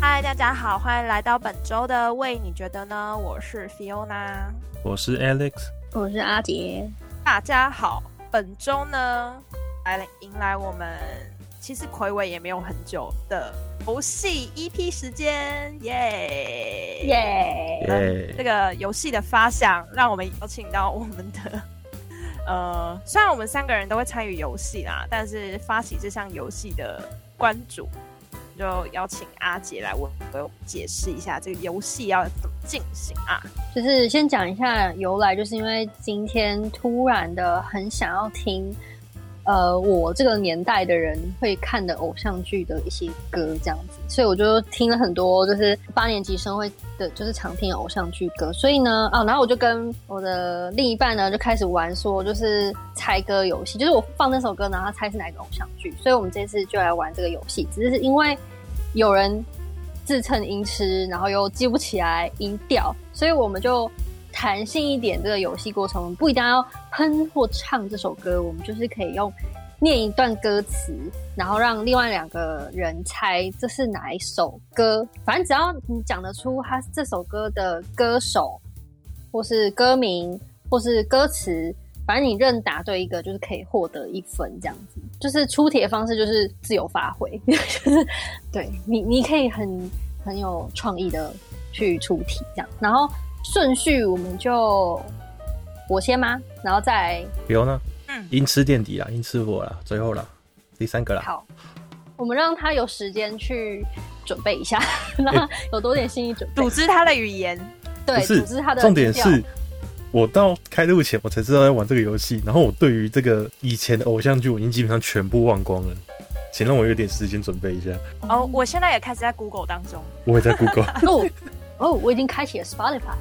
嗨，大家好，欢迎来到本周的喂，你觉得呢？我是 Fiona，我是 Alex，我是阿杰。大家好，本周呢来了迎来我们其实魁伟也没有很久的游戏 EP 时间，耶、耶、耶、这个游戏的发想，让我们邀请到我们的， 呃，虽然我们三个人都会参与游戏啦，但是发起这项游戏的关主，就邀请阿杰来为为我们解释一下这个游戏要怎么进行啊。就是先讲一下由来，就是因为今天突然的很想要听，呃，我这个年代的人会看的偶像剧的一些歌这样子，所以我就听了很多，就是八年级生会的，就是常听的偶像剧歌。所以呢，啊，然后我就跟我的另一半呢就开始玩说，就是猜歌游戏，就是我放那首歌，然后他猜是哪个偶像剧。所以我们这次就来玩这个游戏，只是因为有人自称音痴，然后又记不起来音调，所以我们就弹性一点。这个游戏过程我们不一定要哼或唱这首歌，我们就是可以用念一段歌词，然后让另外两个人猜这是哪一首歌。反正只要你讲得出他这首歌的歌手，或是歌名，或是歌词，反正你认答对一个，就是可以获得一分这样子。就是出题的方式就是自由发挥， 就是对你你可以很很有创意的去出题这样。然后顺序我们就我先吗？然后再来比如呢？嗯因吃垫底啦，因吃我啦，最后啦，第三个啦。好，我们让他有时间去准备一下， 让他有多点心理准备组。织他的语言，对，不是组织他的重点语调是，我到开录前我才知道要玩这个游戏，然后我对于这个以前的偶像剧我已经基本上全部忘光了，请让我有点时间准备一下。哦，我现在也开始在 Google 当中。我也 在 Google，哦哦，我已经开启了 Spotify。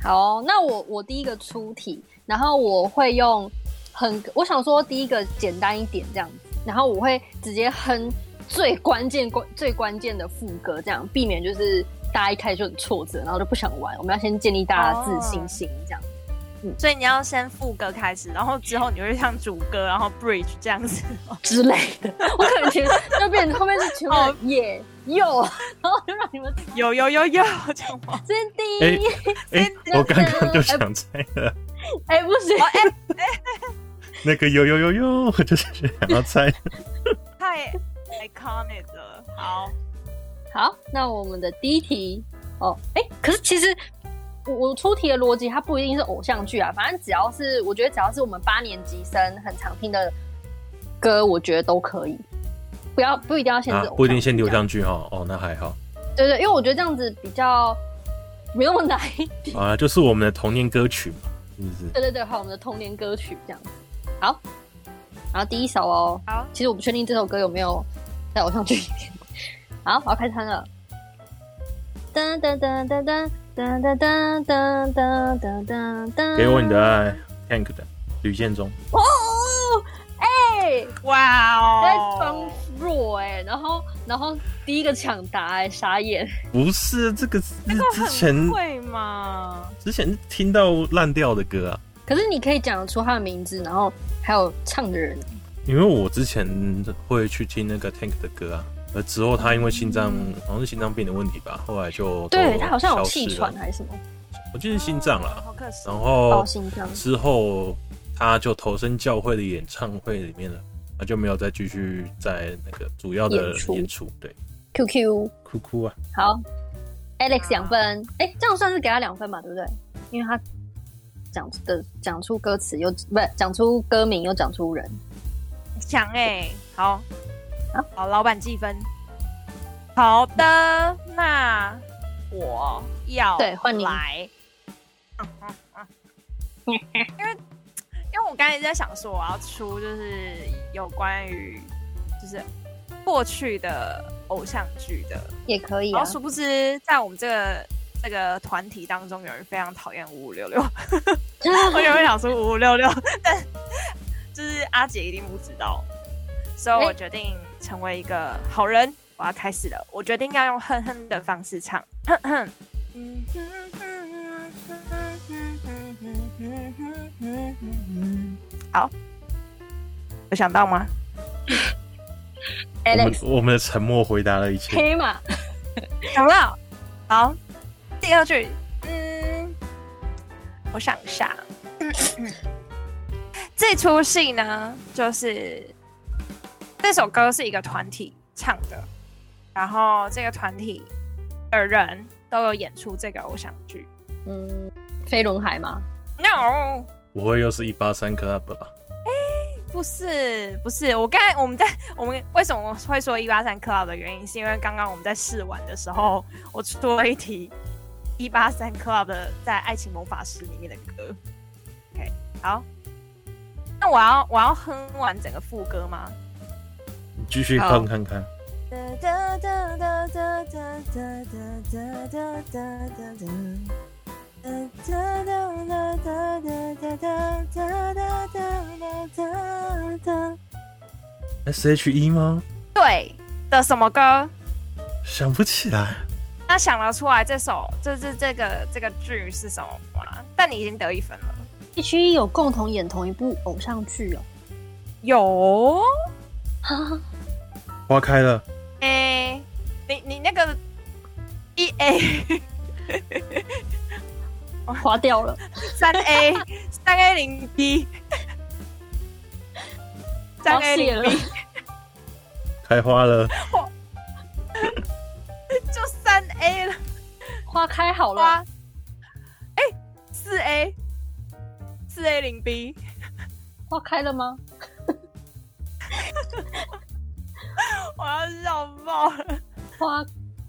好哦，那我我第一个出题，然后我会用很，我想说第一个简单一点这样子，然后我会直接哼最关键关最关键的副歌，这样避免就是大家一开始就很挫折，然后就不想玩。我们要先建立大家的自信心，这样。所以你要先副歌开始，然后之后你会像主歌，然后 bridge 这样子。 哦之类的， 我可能觉得就变成后面是全部哦 的耶哟，然后就让你们有有有有，这样吗？真第哎一，哎、我刚刚就想猜了，哎、不行，哦，哎、那个呦呦呦呦，我就是想要 猜。太 iconic 了。好，好，那我们的第一题哦，哎、可是其实我我出题的逻辑它不一定是偶像剧啊，反正只要是我觉得只要是我们八年级生很常听的歌，我觉得都可以，不要不一定要限制、啊，不一定先留，上去哈，啊哦，那还好对对，因为我觉得这样子比较没那么难一点。啊，就是我们的童年歌曲嘛，是不是？对对对，还有我们的童年歌曲这样子。好，然后第一首哦，好，其实我不确定这首歌有没有在偶像剧里面。好，我要开始哼了。噔噔噔噔噔噔噔噔噔噔噔噔噔。给我你的爱，Hank 的吕建中。哦！哎，哇在哦，装弱哎，然后然后第一个抢答哎，傻眼。不是这个是之前很会嘛？之前听到烂掉的歌啊，可是你可以讲得出他的名字，然后还有唱的人。因为我之前会去听那个 Tank 的歌啊，而之后他因为心脏、好像是心脏病的问题吧，后来就对都他好像有消失气哦了喘，还是什么？我记得心脏啊哦啦，好可惜然。哦，后心脏。之后他就投身教会的演唱会里面了，他就没有再继续在那个主要的演出演出，对， QQ。哭哭啊，好，Alex 两分，哎、这样算是给他两分嘛，对不对？因为他讲的讲出歌词又不是讲出歌名又讲出人，强哎、好啊，好，老板计分。好的，那我要对换你 来。因为因为我刚才一直在想说，我要出就是有关于就是过去的偶像剧的，也可以然啊后。殊不知在我们这个这个团体当中，有人非常讨厌五五六 六。我原本想说五五六六，但就是阿姐一定不知道，所以我哎决定成为一个好人。我要开始了，我决定要用哼哼的方式唱。哼哼。好，有想到吗？我们 Alex 我们的沉默回答了一切，黑马，想不到。好，第二句，嗯，我想一下，嗯这出戏呢，就是这首歌是一个团体唱的，然后这个团体的人都有演出这个偶像剧。嗯，飞轮海吗？ No，不会又是一八三 club 啊吧？不是，不是，我刚才我们在我们为什么会说一八三 club 的原因，是因为刚刚我们在试玩的时候，我出了一题一八三 club 的在《爱情魔法师》里面的歌。OK，好，那我要我要哼完整个副歌吗？你继续好看看看，哒哒哒哒哒哒哒哒哒哒哒哒哒。 S H E 吗？对的什么歌？想不起来，那想得出来这首就是这个这个剧是什么吗？但你已经得一分了。必须 E 有共同演同一部偶像剧哦。有，花开了，哎、你你那个一 A 花掉 了，三 A 三 A 零 B 三花 A 谢零了 B。开花了，就三 A 了，花开好哇，了哎，四 A 四 A 零 B，花开了吗？我要绕爆了。花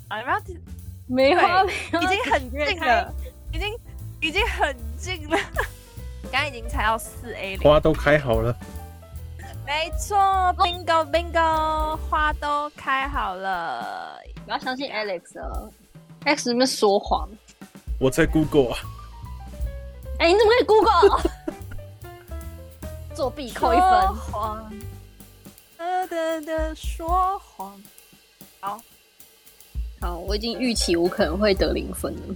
啊，你们要听梅花梅 已花经很近开了，已经已经很近了， 刚刚已经才到四 A 零，花都开好了，没错，bingo bingo，花都开好了。不要相信 Alex 了，Alex 在那边说谎。我在 Google 啊，哎、你怎么可以 Google？作弊扣一说分。谎，呃的的说谎。好，我已经预期我可能会得零分了。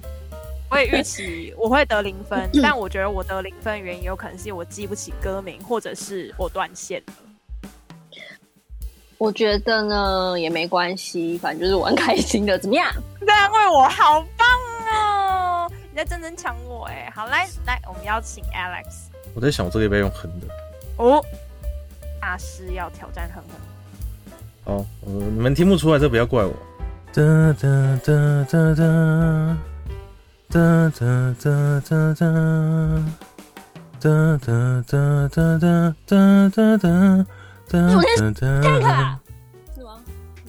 我也预 期我会得零分，但我觉得我得零分的原因有可能是我记不起歌名，或者是我断线了。我觉得呢也没关系，反正就是玩 开心的，怎么样？在安慰我，好棒哦！你在真真抢我哎、好来来，我们邀请 Alex 我在想我这个要不要用横的？哦，大师要挑战狠狠。哦，呃你们听不出来，这不要怪我。哒哒哒哒哒哒哒哒哒哒哒哒哒哒哒哒哒哒有哒哒看看啊，嗯是吗？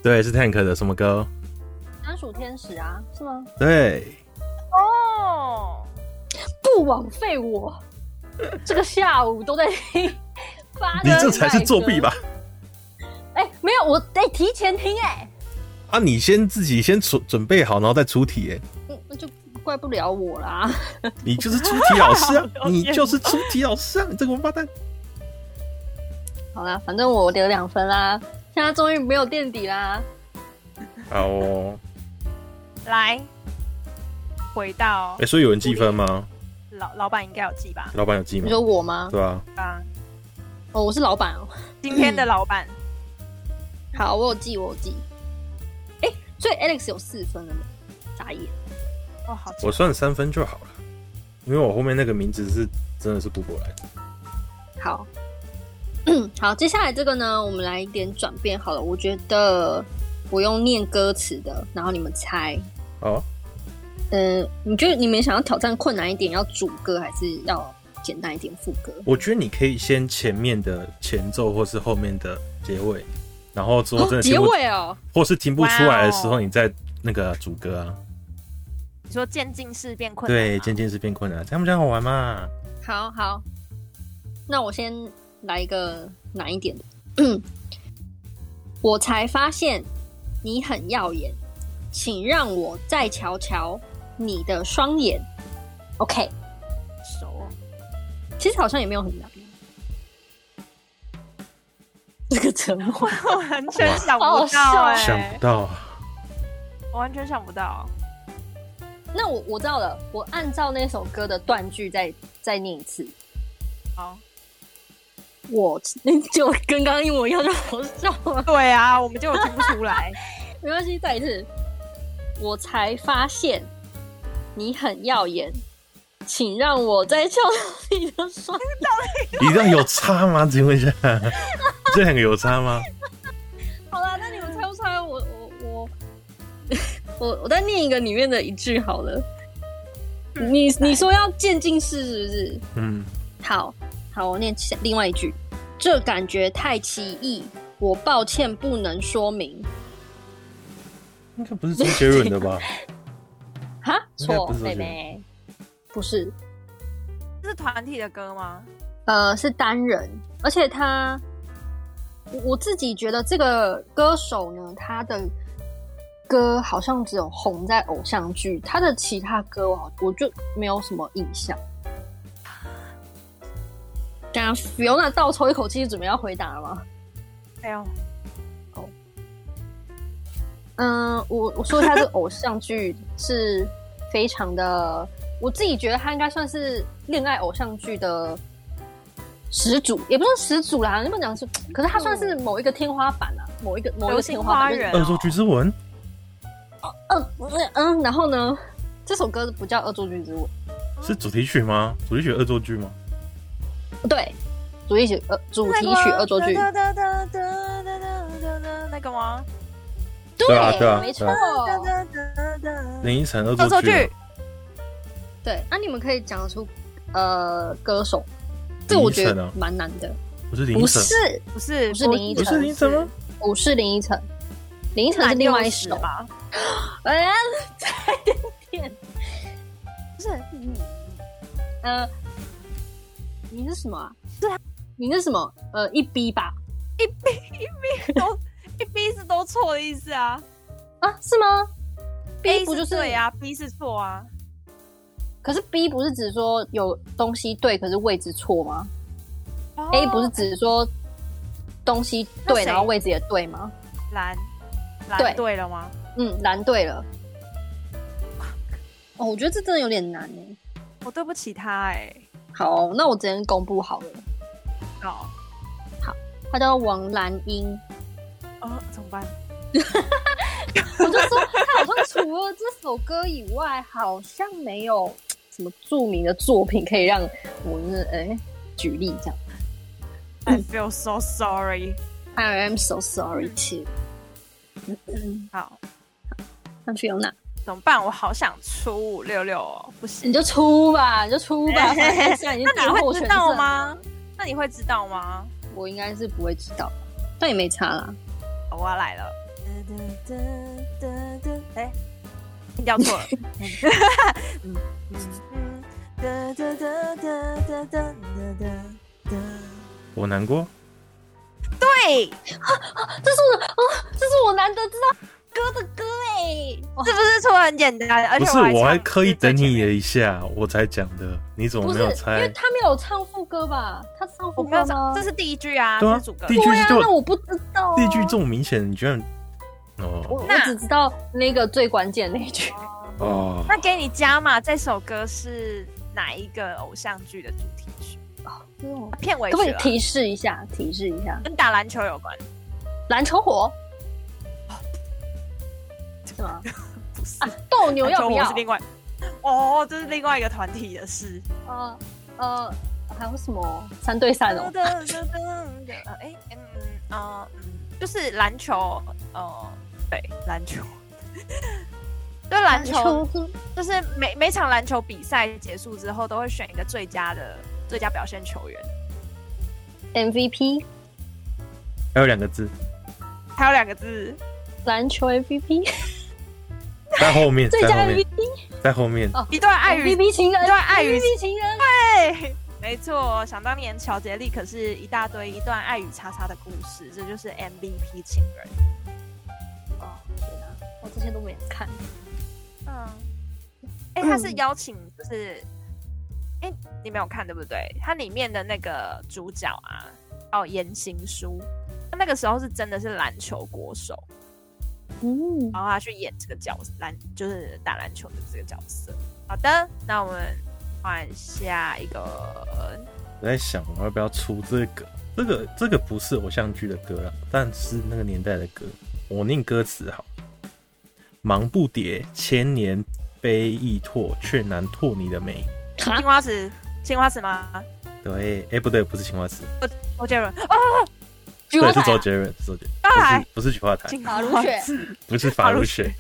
对，是 Tank 的什么歌？专属天使啊，是吗？对，哦，！不枉费我这个下午都在 听发你这才是作弊吧？？哎、没有，我得、提前听哎、啊，你先自己先准准备好，然后再出题、欸。嗯，那就怪不了我啦。你就是出题老师啊好你有眼就是出题老师啊！你这个王八蛋！好啦，反正我得两分啦，现在终于没有垫底啦。好哦，来回到哎、所以有人计分吗？老老板应该有记吧？老板有记你吗？说我吗？对吧？啊，哦，我是老板哦。今天的老板嗯好，我有记，我有记。哎、所以 Alex 有四分了吗？眨眼。哦，好强我算三分就好了，因为我后面那个名字是真的是顾过来的。好， 好，接下来这个呢，我们来一点转变好了。我觉得我用念歌词的，然后你们猜。哦，嗯，你觉得你们想要挑战困难一点，要主歌还是要简单一点副歌？我觉得你可以先前面的前奏，或是后面的结尾，然后之后真的听结不，尾哦，或是听不出来的时哇候，哦你再那个主歌啊。你说渐进式变困难吗，啊对，渐渐是变困难，这样比较好玩嘛。好好，那我先来一个难一点 的。我才发现你很耀眼，请让我再瞧瞧你的双眼。OK，熟 哦其实好像也没有很难。这个沉默，我完全想不到好哎、想不到啊，我完全想不到。 那我我知道了，我按照那首歌的断句再再念一次。好，我就跟刚刚一模一样，就好笑了。对啊，我们就听不出来。没关系，再一次。我才发现你很耀眼，请让我再瞧到你的双你这样有差吗？请问一下，这两个有差吗？ 好啦，那你们猜不猜我我我 我我再念一个里面的一句好了。你你说要渐进式是不是？嗯，好好，我念其另外一句。这感觉太奇异，我抱歉不能说明。应该不是周杰伦的吧？哈，应该错不是，妹妹，不是， 这是团体的歌吗？呃，是单人，而且他，我我自己觉得这个歌手呢，他的歌好像只有红在偶像剧，他的其他歌我好我就没有什么印象。刚刚 Fiona 倒抽一口气，准备要回答了吗？没有，嗯，我我说一下这个偶像剧是非常的，我自己觉得它应该算是恋爱偶像剧的始祖，也不算始祖啦，你不能讲是，可是它算是某一个天花板啊，某一个某一个嗯流星天花板。花园恶作剧之吻，就是嗯嗯，然后呢，这首歌不叫《恶作剧之吻是主题曲吗？主题曲恶作剧吗？》，对，主题曲呃主题曲《恶作剧》那个吗哒哒哒哒哒哒哒那个吗？对对啊对啊没错对，哒哒哒哒林依晨恶恶作作剧剧，对。那、你们可以讲得出呃歌手，这个我觉林依晨得啊蛮难的，不是林不依晨是，不是不是林依不晨是林依晨吗？不是林依晨，林依晨是蓝另外一幼时首。吧？ 哎，不是，嗯呃，你是什么、啊？对啊，你是什么？呃，一 B 吧？都一 B 是都错的意思 啊啊，是吗，B 不就是对啊，B 是错啊，可是 B 不是指说有东西对，可是位置错吗、a 不是指说东西哦那对，谁然后位置也对吗？蓝蓝对对了吗？嗯，蓝对了。哦，我觉得这真的有点难耶我哦对不起他哎，好，那我直接公布好了，哦他叫王蓝英。哦，怎么办？我就说他好像除了这首歌以外，好像没有什么著名的作品可以让我那哎、举例这样。 I feel so sorry。 I am so sorry too。好， 那 Fiona，怎么办？我好想出五六六哦，不行你。就出吧，你就出 吧，反正现在已经那你丢后会全知胜道了？吗？那你会知道吗？我应该是不会知道，但也没差啦。我要来了。哎，音调错了。嗯嗯嗯哒哒哒哒哒哒哒我难过，对，这是我的哦，这是我难得知道歌的歌哎、哇是不是错得很简单？而不且是，我我还还刻意等你耶。一下，我才讲的，你怎么不没是，有因为猜？他没有唱副歌吧？他唱我副没有歌找吗？这是第一句啊，对这啊是主歌。第一句对是啊，就那我不知道、啊。第一句这么明显，你居然我哦我那只知道那个最关键那一句， 哦，那给你加嘛，这首歌是哪一个偶像剧的主题曲？片尾可不可曲以啊，提示一下？提示一下，跟打篮球有关。篮球火是吗？啊 啊不是，斗牛要篮球不我要是？另外，哦，这是另外一个团体的事。呃呃，还有什么三对三哦？呃哎嗯呃嗯，就是篮球，呃，对，篮球，对篮球，就是每每场篮球比赛结束之后，都会选一个最佳的最佳表现球员， MVP，还有两个字还有两个字，篮球 MVP，在后面，最在佳后面， MVP，在后面，一段爱与 MVP 情人，一段爱与 MVP 情人，对，没错，想当年乔杰利可是一大堆一段爱与叉叉的故事，这就是 MVP 情人。哦天哪，我这些都没看。嗯，哎、他是嗯邀请，就是，哎、你没有看对不对？它里面的那个主角啊，哦，言行书，他那个时候是真的是篮球国手，嗯，然后他去演这个角色，篮就是打篮球的这个角色。好的，那我们换下一啊个，我在想我要不要出这个，这个这个不是偶像剧的歌啦，但是那个年代的歌，我念歌词好。忙不迭，千年悲易拓，却难拓你的美。青花瓷，青花瓷吗？？Oh, 哦对，哎、不对，不是青花瓷，周杰伦，菊花对，是台周啊杰伦，是周杰当伦，然不是不是菊花台，青法花如雪瓷，不是法如法雪，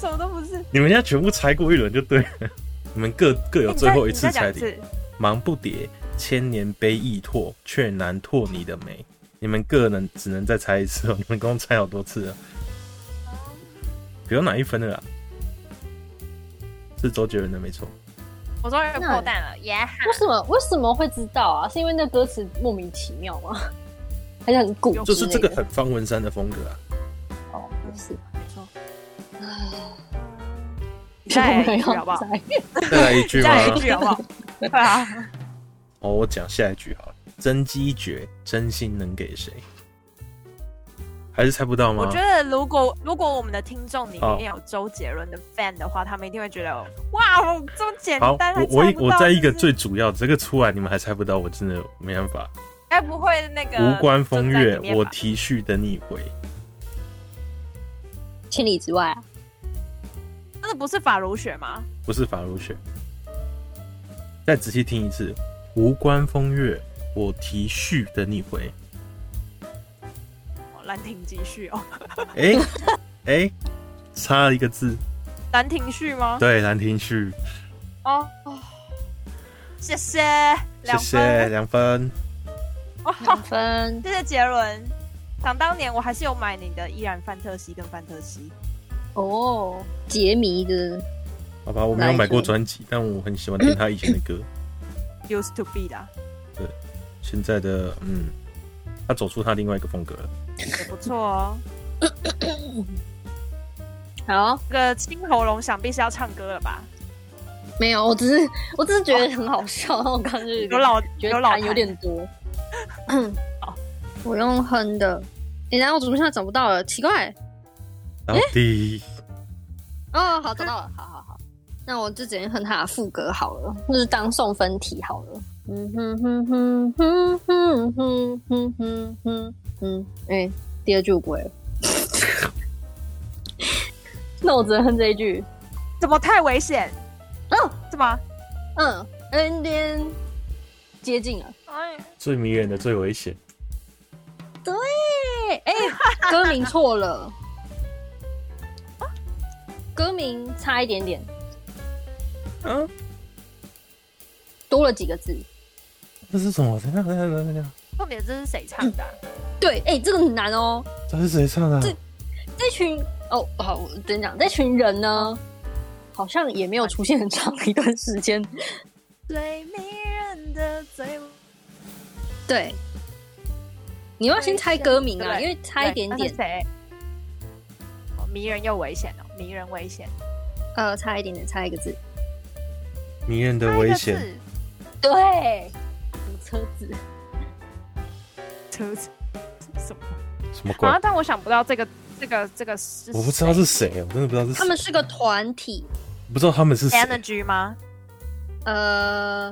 什么都不是。你们要全部猜过一轮就对了， 你们各各有你最再后一你次再讲猜一题。次，忙不迭，千年悲易拓，却难拓你的美。你们个人只能再猜一次哦，你 们刚猜好多次了，不用拿一分了啦。是周杰伦的没错，我终于破蛋了， 耶！为什么为什么会知道啊？是因为那歌词莫名其妙吗？ 还是很古之类的？就是这个很方文山的风格 啊。哦，不是，没错。再来没一有句好不 好？在再来一句再吗？来一句好不好？ 对啊，哦，我讲下一句好了。真机觉，真心能给谁？还是猜不到吗？我觉得如果如果我们的听众里面有周杰伦的 fan 的话，他们一定会觉得哇，这么简好，单，还我我猜一不我到在一个就是最主要这个出来，你们还猜不到，我真的没办法。该哎不会那个无关风月就在里，面吧我提恤等你回。千里之外啊，真的不是法如雪吗？不是法如雪。再仔细听一次，无关风月，我提续等你回。哦兰亭集序哦，哎、哎、差了一个字，兰亭序吗？对，兰亭序，哦哦，谢谢，谢两谢分两分。哦，两分。谢谢杰伦。想当年我还是有买你的《依然范特西》跟《范特西哦，杰迷的好吧，我没有买过专辑，但我很喜欢听他以前的歌。》 ，Used to be 的啊、现在的，嗯，他走出他另外一个风格了。也不错哦。好，这个青喉咙想必是要唱歌了吧？没有，我只是我只是觉得很 好笑，然后我刚刚就是有老觉有得老痰痰有点多。 我用哼的，诶，然后我怎么现在找不到了？奇怪。到底、哦，好，找到了，好好好。那我就直接哼他的副歌好了，那就是当送分题好了。嗯哼哼哼哼哼哼哼哼哼，嗯，哎、第二句我不会了。 那我只能哼这一句。怎么太危险？哦，是吗？嗯，恩典接近了。哎，最迷人的最危险，对，哎、歌名错了，歌名差一点点，嗯、多了几个字。这是什么？等一下等一下等一下，重点这是谁唱的啊、对，哎、这个很难哦。这是谁唱的啊？这群哦，好，我跟你讲，这群人呢，好像也没有出现很长的一段时间。最迷人的最对，你要先猜歌名啊，因为差一点对那点是，谁？哦迷人又危险哦，迷人危险，呃，差一点点，差一个字。迷人的危险，对，什么车子？差一个字，车子什么？什么鬼？啊！但我想不到这个这个这个是我不知道是谁，我真的不知道是谁他们是个团体，不知道他们是谁。 Energy 吗？呃，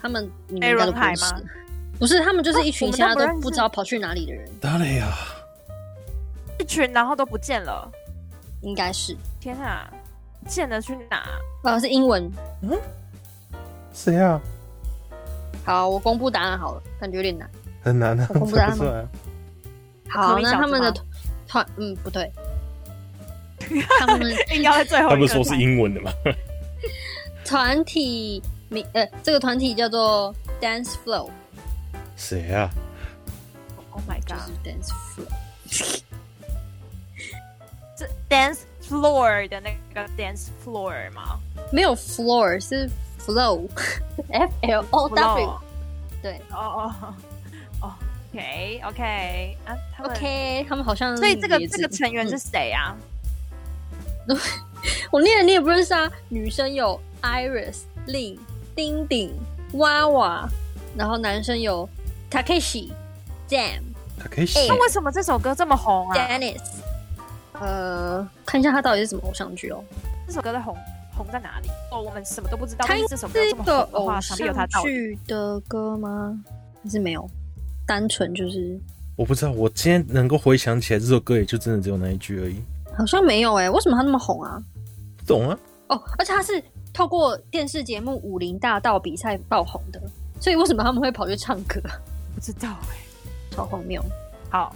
他们你们应该都不认飞识轮海吗？不是，哦他们就是一群啊现在我们都不都认识不知道跑去哪里的人，誰呀、一群然后都不见了，应该是，天啊！见了去哪？呃，是英文。谁啊？好，我公布答案好了，感觉有点难。很难啊，我公布答猜案不出来啊。好，可以那小他子们的吗团团，嗯，不对，他们的嗯硬哎要在最后一他个不是说是猜英文的吗？团体名，呃，这个团体叫做 Dance Flow，谁啊？ ？Oh my 就 god！是 Dance Flow。这 dance floor 的那个 dance floor 吗没有 floor 是 flow，F L O W。 Floor 哦对哦哦哦，OK OK 啊，他们。 ，OK，他们好像所以这个也嗯只这个成员是谁啊？我念了你也不认识啊。女生有 Iris、Lin、丁丁、娃娃，然后男生有 Takeshi、Jam、他可以写哎那为什么这首歌这么红啊？ Dennis。呃，看一下他到底是什么偶像剧哦。这首歌的红红在哪里？哦，我们什么都不知道。它但应是这首歌这么个红的偶话，想必有它像道理。剧的歌吗？还是没有？单纯就是我不知道，我今天能够回想起来这首歌，也就真的只有那一句而已。好像没有哎、为什么他那么红啊？不懂啊？哦，而且他是透过电视节目《武林大道》比赛爆红的，所以为什么他们会跑去唱歌？不知道哎、超荒谬！好，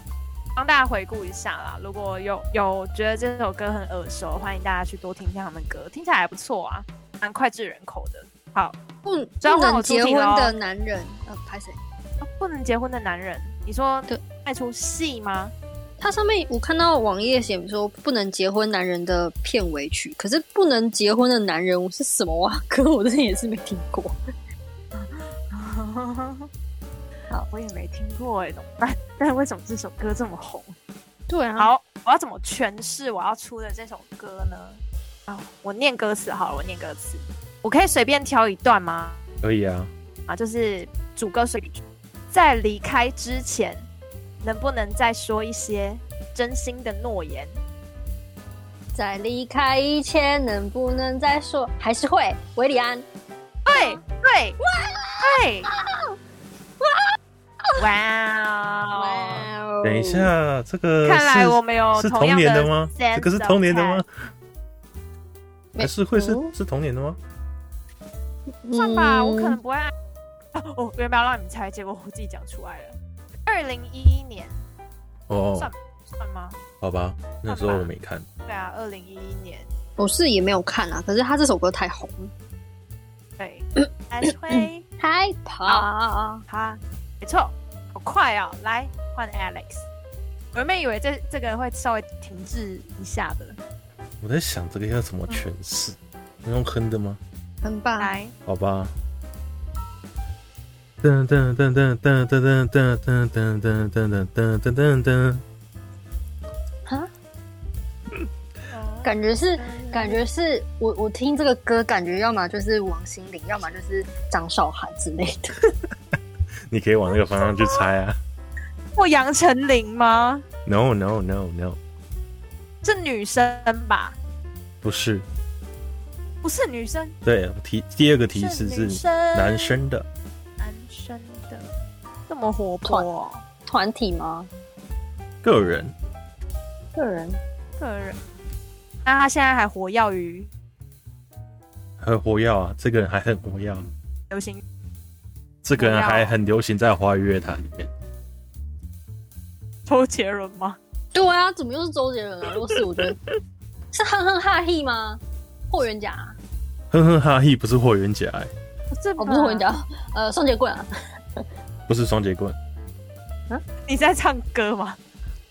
帮大家回顾一下啦。如果有有觉得这首歌很耳熟，欢迎大家去多听听他们歌，听起来还不错啊，蛮脍炙人口的。好，不这样不换能我出结题婚咯的男人，呃，拍谁？啊不能结婚的男人，你说对爱出戏吗？它上面我看到网页写说不能结婚男人的片尾曲，可是不能结婚的男人是什么啊？ 歌我真的也是没听过。 好，我也没听过哎、怎么办？ 但为什么这首歌这么红？对啊，好，我要怎么诠释我要出的这首歌呢？啊、我念歌词好了，我念歌词，我可以随便挑一段吗？可以啊，啊，就是主歌随笔句，在离开之前，能不能再说一些真心的诺言？在离开以前能不能再说？还是会维里安对对对，哇哦！哇哦等一，下，这个看来呃是我们有是同样童年的吗？ sense 这个是童年的 of 吗 cat？？还是会是嗯是童年的吗？算吧，我可能嗯不会按。啊我原本要让你们猜，结果我自己讲出来了。二零一一年哦算，算吗？好吧，那时候我没看。对啊，二零一一年。我是也没有看啊，可是他这首歌太红了，对，来吹。太跑。好啊，没错，好快哦！来换 Alex，我原本以为这这个会稍微停滞一下的。我在想这个要怎么诠释，能用哼的吗？很棒，来，好吧。噔噔噔噔噔噔噔噔噔噔噔噔噔噔噔噔，哈，感觉是感觉是我我听这个歌，感觉要么就是王心凌，要么就是张韶涵之类的。你可以往那个方向去猜啊。或杨丞琳吗？ No no no no，是女生吧？不是。不是女生，对，提第二个提示是女是生男生的，男生的，这么活泼、哦，团体吗？个人个人个人。那他现在还活跃于很活跃啊，这个人还很活跃啊，流行这个人活跃还很流行在华语乐坛里面。周杰伦吗？对啊，怎么又是周杰伦啊？如果是，我觉得 是哼哼哈嘿吗？霍元甲啊、哼哼哈嘿，不是霍元甲、欸，不是吧，哦，不是霍元甲，呃，双截棍啊不是双截棍，你在唱歌吗？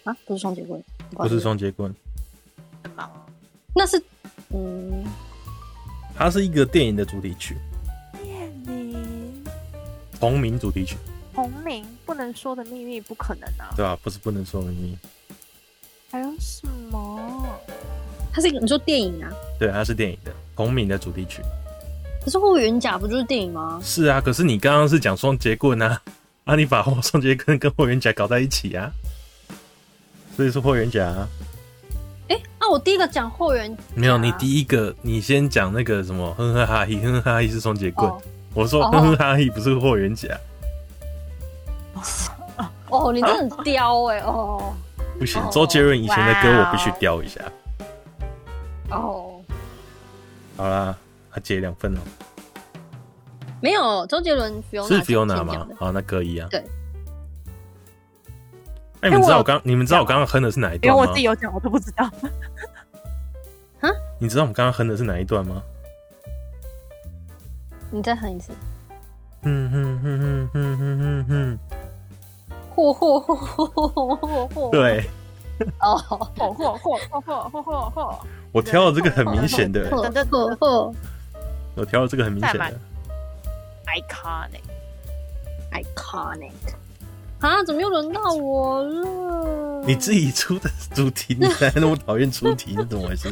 啊，不是双截棍，不是，双截棍，很忙。那是嗯，它是一个电影的主题曲，你同名主题曲，同名不能说的秘密不可能啊！对吧、不是不能说的秘密，还有什么？它是一个你说电影啊？对，它是电影的同名的主题曲。可是霍元甲不就是电影吗？是啊，可是你刚刚是讲双截棍啊， 啊，你把霍双截棍跟霍元甲搞在一起啊，所以是霍元甲、啊。哎、啊，我第一个讲霍元没有，甲你第一个，啊你先讲那个什么，哼哼哈嘿，哼哼哈嘿是双截棍。哦我说哦哼哼哈嘿不是霍元甲，哦，你真的很刁啊哎、哦不行哦，周杰伦以前的歌哇我哦必须雕一下。哦，好啦，他结两份了，哦没有周杰伦 Fiona 是先 Fiona 讲吗的？好，那可以啊。对。哎，你们知哎道我我哎刚你们知道我刚刚哼的是哪一因为段我吗自己？有讲，我都不知道。你知道我们刚刚哼的是哪一段吗？你再哼一次，嗯哼哼哼哼哼哼哼，霍霍霍霍霍霍霍，对哦，嚯嚯嚯嚯嚯嚯嚯嚯！我挑了这个很明显的，霍霍霍我挑了这个很明显再的买。iconic， iconic 啊，怎么又轮到我了？你自己出的主题，你还那么讨厌出题，你怎么回 事？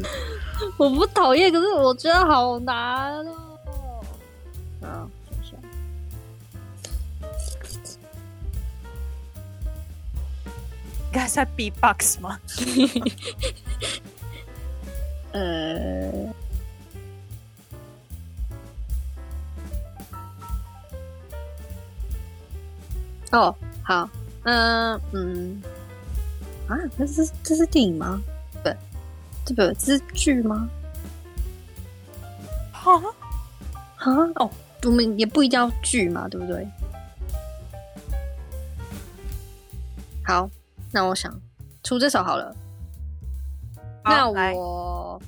我不讨厌，可是我觉得好难哦。啊，等一下，应该是在 B-box 吗？呃，哦，好，呃嗯、嗯，啊，这是这是电影吗？这个资剧吗？哈，啊哦，我们也不一定要剧嘛，对不对？好，那我想出这首好了。好那来我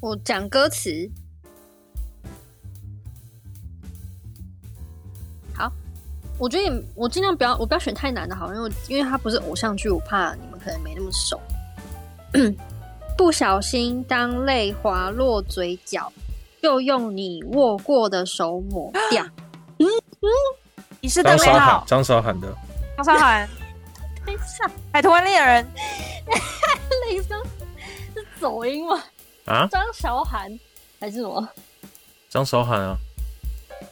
我讲歌词。好，我觉得也我尽量不要，我不要选太难的，好了，因为我因为它不是偶像剧，我怕你们可能没那么熟。不小心当泪滑落嘴角，又用你握过的手 抹掉。仪式灯张美韶好涵，，张韶涵的，哦张 韶 涵，等一下，海豚湾恋人，雷声是走音吗？啊，张韶涵还是什么？张韶涵啊，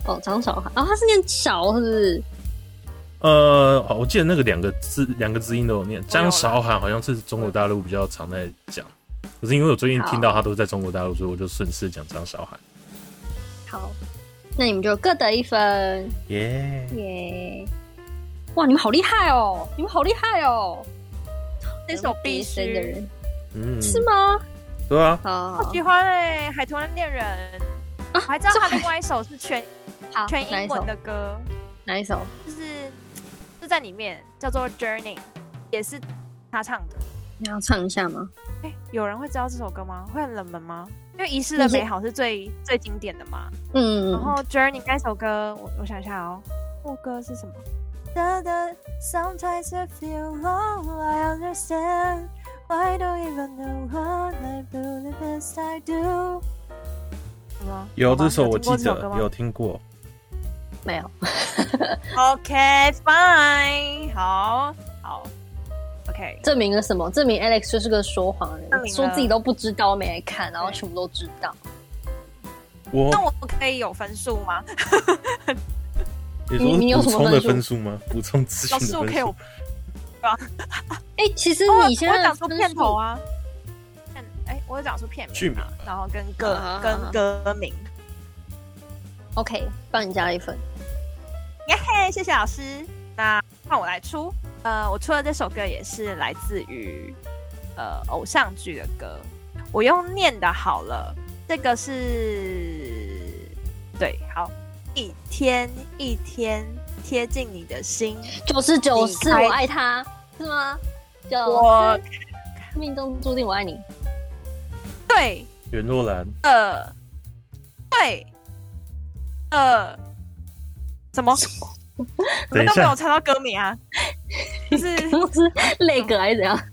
哦，张韶涵啊，他是念韶是不是？呃，好我记得那个两个字两个字音都有念，有张了韶涵好像是中国大陆比较常在讲，可是因为我最近听到他都在中国大陆，所以我就顺势讲张韶涵，好，那你们就各得一分，耶、耶、哇，你们好厉害哦！你们好厉害哦！这首必生须，的人嗯，是吗？对啊，好，好喜欢哎，海豚湾恋人，啊我还知道他另外一首是全好，全哪英一首文？的歌，哪一首？就是就在里面叫做《Journey》，也是他唱的。你要唱一下吗？哎、有人会知道这首歌吗？会很冷门吗？因为《遗失的美好》是最最经典的嘛。嗯然，后《Journey》那首歌，我我想一下哦，副歌是什么哒哒？Sometimes I feel alone, I understand. I don't even know what I do the best I do. 什么？有啊有吗这首有我听过记这首得歌吗有听过，没有。 OK, fine，好，好，OK，证明了什么？证明 Alex 就是个说谎人证，明了说自己都不知道没来看，然后全部都知道。我那我可以有分数吗？你你你有说补什么充的分数分数吗？补充资有讯的数分可以数有，。哎、其实哦你现我有在的讲出分片头数，啊，片哎、我有讲出片剧名名啊，然后跟歌、啊跟歌名。 OK，帮你加一分。耶嘿，谢谢老师。那换我来出。呃，我出的这首歌也是来自于呃偶像剧的歌，我用念的好了。这个是对，好，一天一天贴近你的心，九十九你是开我爱他，是吗？九我四命中注定我爱你。对，袁若兰，呃，对，呃，怎么？我们等一都没下有，猜到歌名啊， 就是是累格还是怎样？好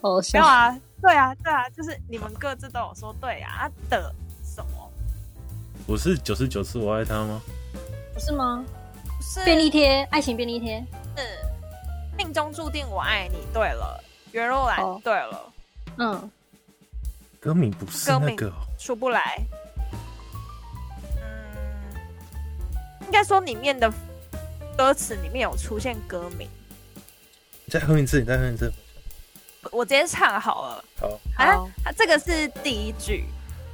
没有笑。啊，对啊，对啊，就是你们各自都有说对啊，啊的什么？我是九十九次我爱他吗？不是吗？是便利贴，爱情便利贴。命中注定我爱你。对了，袁若兰、哦对了，嗯，歌名不是歌那名个哦，出不来。嗯，应该说里面的歌词里面有出现歌名，你再哼一次，你再哼一次。我我直接唱好了。好，啊好，它这个是第一句，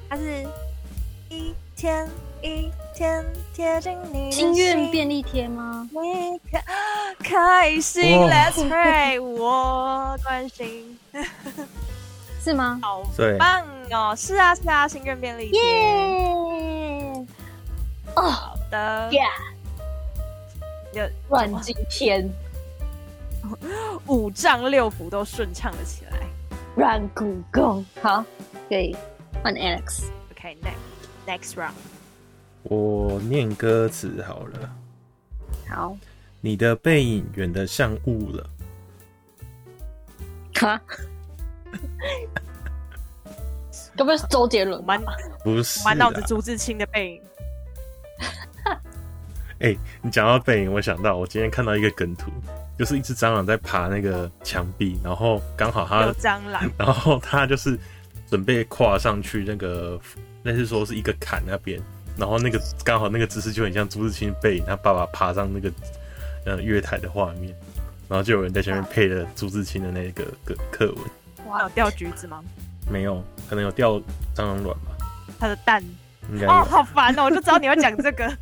它是一天一天贴近你的心愿变便利贴吗？你开开心哇，Let's pray，我关心，是吗？好对，棒哦！是啊，是啊，心愿便利贴耶！好的，耶！有乱今天，五脏六腑都顺畅了起来。软骨功。好，可以换 Alex。 OK，next next round，我念歌词好了。好，你的背影远得像雾了，哈。 要不要周杰伦我吧？满不是满啦脑子朱自清的背影，哎、你讲到背影，我想到我今天看到一个梗图，就是一只蟑螂在爬那个墙壁，然后刚好它有蟑螂， 然后他就是准备跨上去那个，那是说是一个坎那边，然后那个刚好那个姿势就很像朱自清背影他爸爸爬上那个呃月台的画面，然后就有人在前面配了朱自清的那个个课文，有啊掉橘子吗？没有，可能有掉蟑螂卵吧，它的蛋。应该有。哦，好烦哦！我就知道你要讲这个。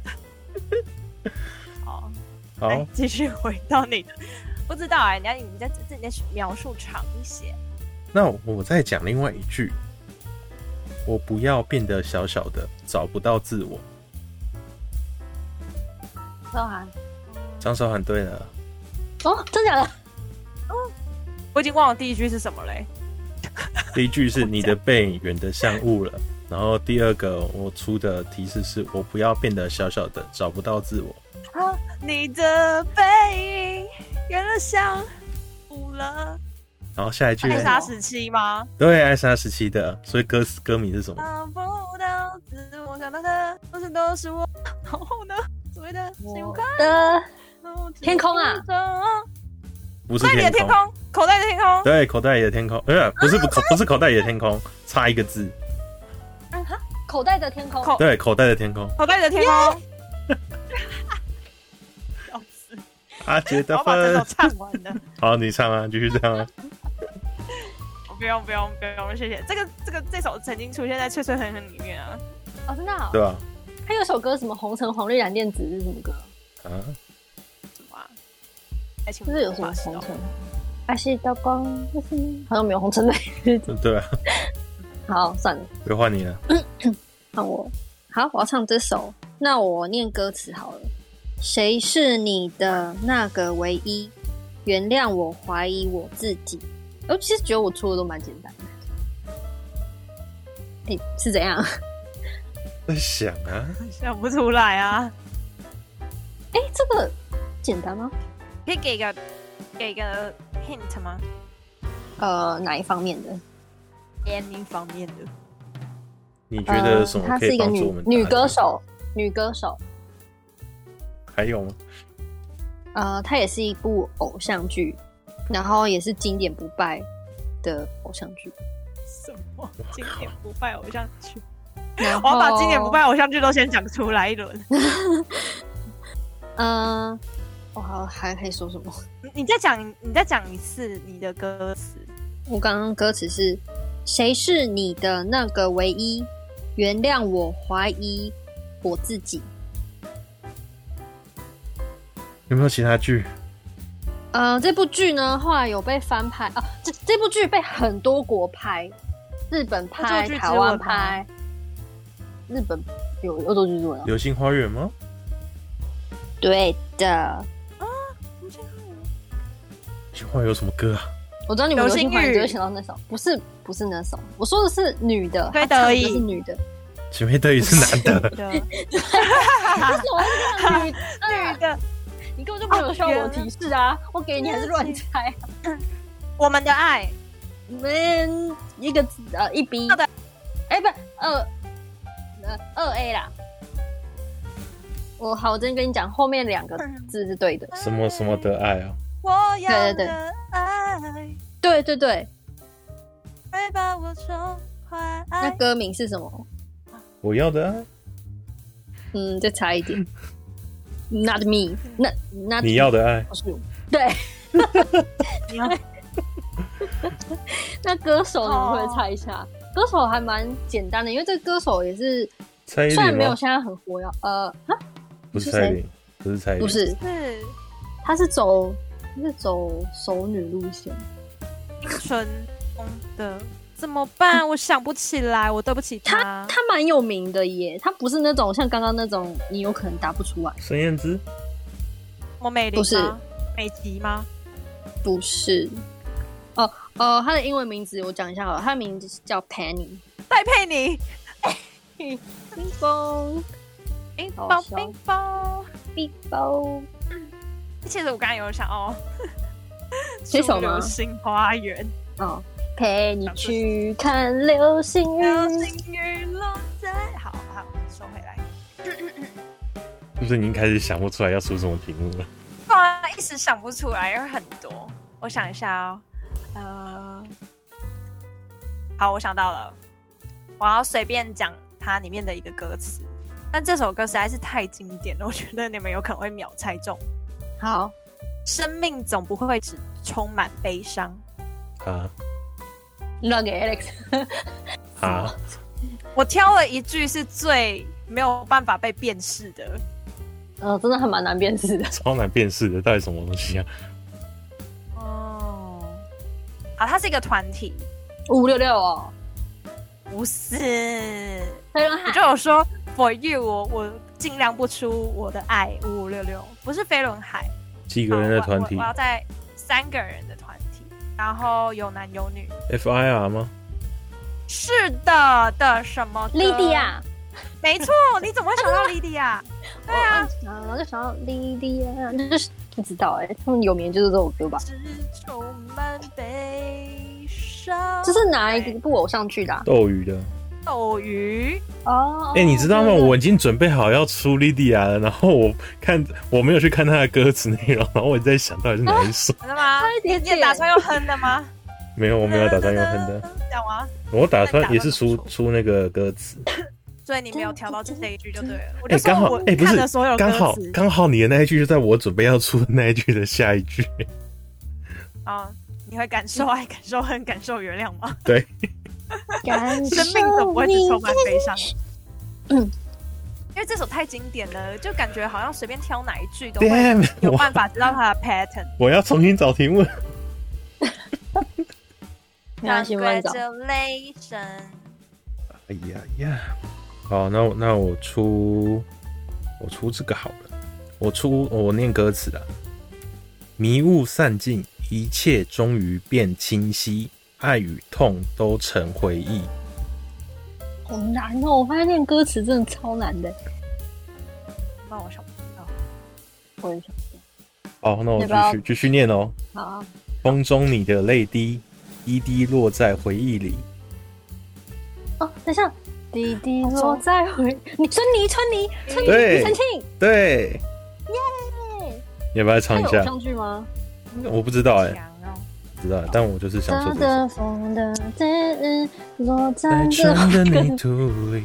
好，来好，继续回到你的不知道哎、你要你在这里的描述长一些。那我再讲另外一句，我不要变得小小的，找不到自我。韶涵张韶涵对了，哦，真假 的？我已经忘了第一句是什么嘞。 第一句是你的背影远得像雾了，然后第二个我出的提示是我不要变得小小的，找不到自我。啊，你的背影原来像五了，然后下一句爱呢杀十七吗？对爱莎时期的，所以歌歌名是什么？啊，不到自我想到的，都是都是我。然后呢，所谓的谁无看的天呃天空啊，不是口袋里的天空，口袋里的天空。对，口袋里的天空，呃，不是不口不是口袋里的天空，差一个字，口袋的天空，口对，口袋的天空。口袋里的天空。笑死！阿杰我的要把这 首，分唱完了。好，你唱啊，继续唱啊。不用不用不用，谢谢。这个这个这首曾经出现在《脆脆狠狠》里面啊。哦，真的哦、对吧？他有首歌什么红橙黄绿蓝靛紫是什么歌？啊，什么啊？爱情就是有什么法式红哦橙，还是刀光，就是好像没有红橙的。对啊，好，算了，又换你了。换我。好，我要唱这首，那我念歌词好了。谁是你的那个唯一？原谅我怀疑我自己。我其实觉得我出的都蛮简单的。哎、是怎样？ 在想啊，想不出来啊。哎、这个简单吗？可以给一个给一个 hint 吗？呃，哪一方面的？ any 方面的。你觉得有什呃么她可是以一个帮女助我们？女歌，手，女歌手。还有吗？呃，它也是一部偶像剧，然后也是经典不败的偶像剧。什么？经典不败偶像剧？然我要后把经典不败偶像剧都先讲出来一轮。嗯、我还还可以说什么？你你再讲，你再讲一次你的歌词。 我刚刚歌词是“谁是你的那个唯一？原谅我怀疑我自己。有没有其他剧？”呃，这部剧呢，后来有被翻拍啊，这这部剧被很多国拍，日本恶拍作剧，之台湾吻吗拍，日本有恶作剧之吻啊，《流星花园》吗？对的。 《流星花园》有什么歌啊？我知道你们流星花流星园雨就会想到那首，不是不是那首，我说的是女的，对她唱得的意是女的，姐妹对也是男的，的不是我是讲女的，女的，你根本就没有需要我提示啊，我给你还是乱猜啊，我们的爱，你们一个字呃一 B，好的哎不二呃二 A 啦，我好，我真跟你讲，后面两个字是对的， 什么什么的爱啊？嗯我对要对对的爱，对对对，快把我宠坏。那歌名是什么？我要的啊爱，嗯，再猜一点，Not me，那那你要的爱，不是我对。 你要那歌手你们会猜一下？歌手还蛮简单的，因为这个歌手也是蔡依虽然林没有吗？现在很火药，呃，啊，不是是蔡依谁林，不是蔡依林，不是，是他是走他是走熟女路线，清纯风的，怎么办？我想不起来，我对不起他。啊他蛮有名的耶，他不是那种像刚刚那种你有可能答不出来，孙燕姿。我美玲不是吗？美琪吗？不是。哦哦，他的英文名字我讲一下好了，他的名字是叫 Penny。戴佩妮，冰崩冰好雹笑冰雹。冰崩，其实我刚才有想哦，这首吗流星花园》哦，陪你去看流星雨。流星雨落在，好好收回来。是不是你已经开始想不出来要出什么题目了？不然一时想不出来，有很多。我想一下哦，呃，好，我想到了，我要随便讲它里面的一个歌词。但这首歌实在是太经典了，我觉得你们有可能会秒猜中。好，生命总不会只充满悲伤，啊让给 Alex。啊！我挑了一句是最没有办法被辨识的，哦呃，真的还蛮难辨识的。超难辨识的，到底什么东西啊？哦好，它是一个团体，五六六哦，呃不是。飞轮我海就有说 for you，我我尽量不出我的爱五五六六，不是飞轮海，几个人的团体好我我我要在三个人的团体，然后有男有女。 ，FIR 吗？是的的什么歌莉迪，亚， 没错，你怎么会想到莉迪亚？ 对啊，哦我然后就想到莉迪亚，就是不知道哎、他们有名就是这首歌吧？只充满悲伤。这是哪一部偶像剧的、啊？斗鱼的。斗鱼，哦，哎、你知道吗？对对对我已经准备好要出莉迪亚了，然后我看我没有去看她的歌词内容， 然后我在想到底是哪一 首。真的吗？快你点也打算要哼的吗？没 有，我我没有打算用哼 的，， 讲完，我打算也是那出你打算出那个歌词。所以你没有挑到这一句就对了。我就哎、说刚好我哎、不看是了所有歌刚好词刚好你的那一句就在我准备要出的那一句 的下一句。啊，你会感受爱、感受恨、感受原谅 吗？对，感 受生啊命怎么会只充满哦你悲伤？嗯，因为这首太经典了，就感觉好像随便挑哪一句都会 Damn，有我办法知道它的 pattern。我要重新找题目。没关系，慢找。 Congratulation，哎呀呀！好，那我那我出我出这个好了，我出我念歌词的。迷雾散尽，一切终于变清晰，爱与痛都成回忆。好难哦！我发现念歌词真的超难的。那我想不到。我也想不好，哦那我要不要继续继续念哦。到好，风中你的泪滴，一滴落在回忆里。哦，等一下，滴滴落在回你春泥春泥春泥对庾澄庆，对，要不要它唱一有下偶？像剧吗？我不知道哎、强哦，不知道，但我就是想说哒这首。的风的滴落在在这春的泥土里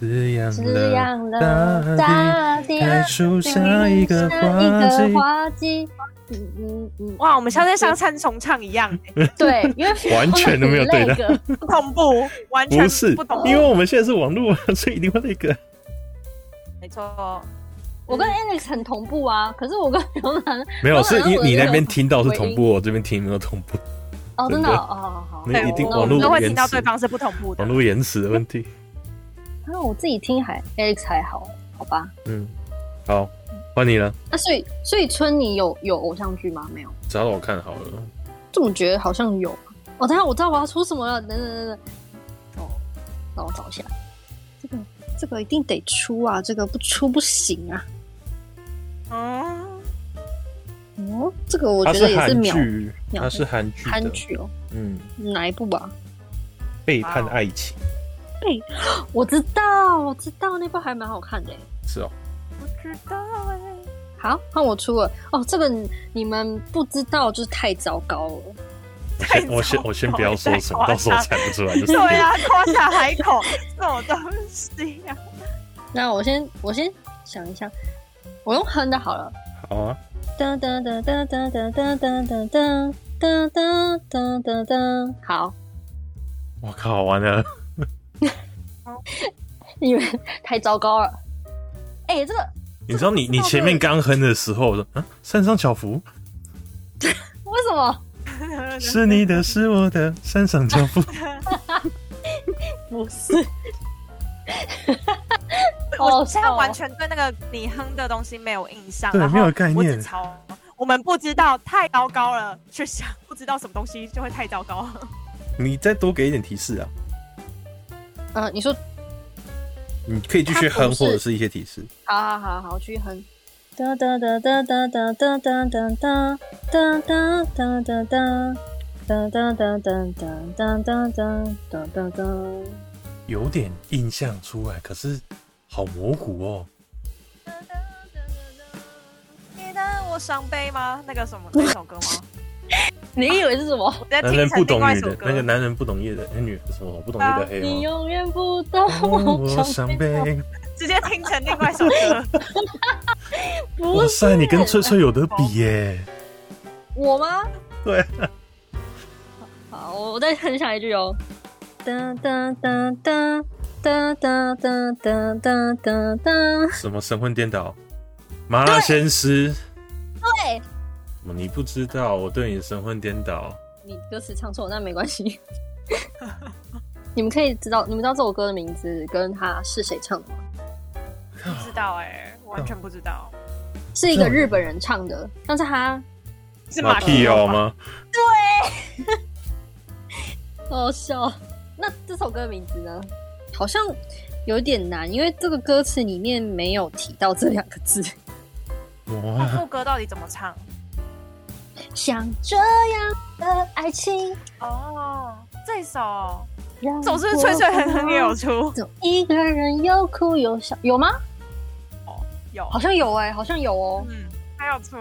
滋养滋了养大了地。大地，开出下一个花像一季个，花季。嗯嗯嗯，哇，我们像在像唱重唱一样，欸对，因为 完全都没有对到 那个同 步，完全不是不懂，， 因为我们现在是网络，啊所以一定会那个。没错。我跟 Alex 很同步啊，可是我跟刘楠没有， 是你我的你那边听到是同步，我这边听没有同步，哦，真真的的哦哦，好好。那一定哎我网我们络都会延听到迟对方是不同步的网。络延迟的问 题。啊，我自己听还 Alex 还好，好吧？嗯，好，换你了，那所以所以春妮有有偶像剧吗？没有，找找我看好了。总觉得好像有。哦，等一下我知道我要出什么了，等等等等。哦，让我找一下，这个这个一定得出啊，这个不出不行啊。嗯，哦，这个我它觉得也韩秒剧，秒它是韩剧韩的，剧哦，嗯，哪一部啊？背叛爱情我知道，我知道那部还蛮好看的耶。欸是哦，不知道哎。好，那我出了哦，这个你你们不知道就是太糟糕了。太先我先我先不要说什么，太到时候夸张猜不出来就是对。啊，夸下海 口这种东西啊，那我先我先想一下，我用哼的好了。好啊，哒哒哒哒哒哒哒哒哒哒哒哒哒哒哒。好，我靠，完了，因为太糟糕了。哎、这个你知道你你前面刚哼的时候，我说啊，山上巧福为什么啊是你 的，是我的，山上巧福。不是？我哦现在完全对那个你哼的东西没有印象，对然后没有概念我只抄，我们不知道太糟糕了，去想不知道什么东西就会太糟糕。 你再多给一点提示啊，呃，你说，你可以继续它哼不是或者是一些提示。好好好好，我去哼。哒哒哒哒哒哒哒哒哒哒哒哒哒哒哒。哒哒哒哒哒哒哒哒哒哒哒，有点印象出来，可是好模糊哦。 你的我伤悲吗？那个什么那首歌吗？你以为是什么？我在男听人成不另懂外一女首的，歌。那个男人不懂夜的，那女的什么不懂夜的黑你吗？永远不懂哦我我伤伤悲。悲。直接听成另外一首 歌。不哇是塞，哎你跟翠翠有得比耶！我吗？对，好，我我再哼下一句哦。哒哒哒哒哒哒哒哒哒哒哒。什么神魂颠倒，麻辣鲜师，对，什么你不知道，我对你神魂颠倒，你歌词唱错，那没关系。你们可以知道，你们知道这首歌的名字跟它是谁唱的吗？不知道哎，完全不知道，是一个日本人唱的，但是他是马屁友哦？吗？好笑。那这首歌的名字呢？好像有点难，因为这个歌词里面没有提到这两个字。那哇，副歌到底怎么唱？像这样的爱情，哦，这首让这首是不是吹吹很很也有有。出？总一个人又哭又笑，有吗？有好，像有哎、好像有哦。嗯，还有出。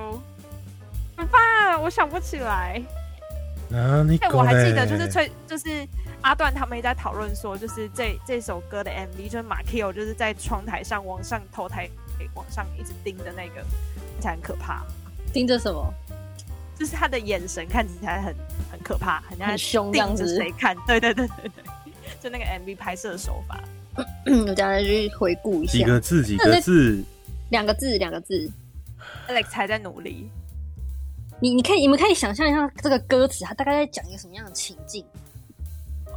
怎么办？我想不起来。啊，你哎、我还记得，就是崔，就是阿段他们也在讨论说，就是这这首歌的 MV，就是马 Q 就是在窗台上往上头抬，往上一直盯的那个，看起来很可怕。盯着什么？就是他的眼神看起来很很可怕，很像在很凶这样啊盯着子谁看。对对对对对，就那个 MV 拍摄手法。嗯我等一下再去回顾一几下。个字，几个字，两个字，两个字。 Alex 还在努力，你你可以你们可以想象一下这个歌词，它大概在讲一个什么样的情境？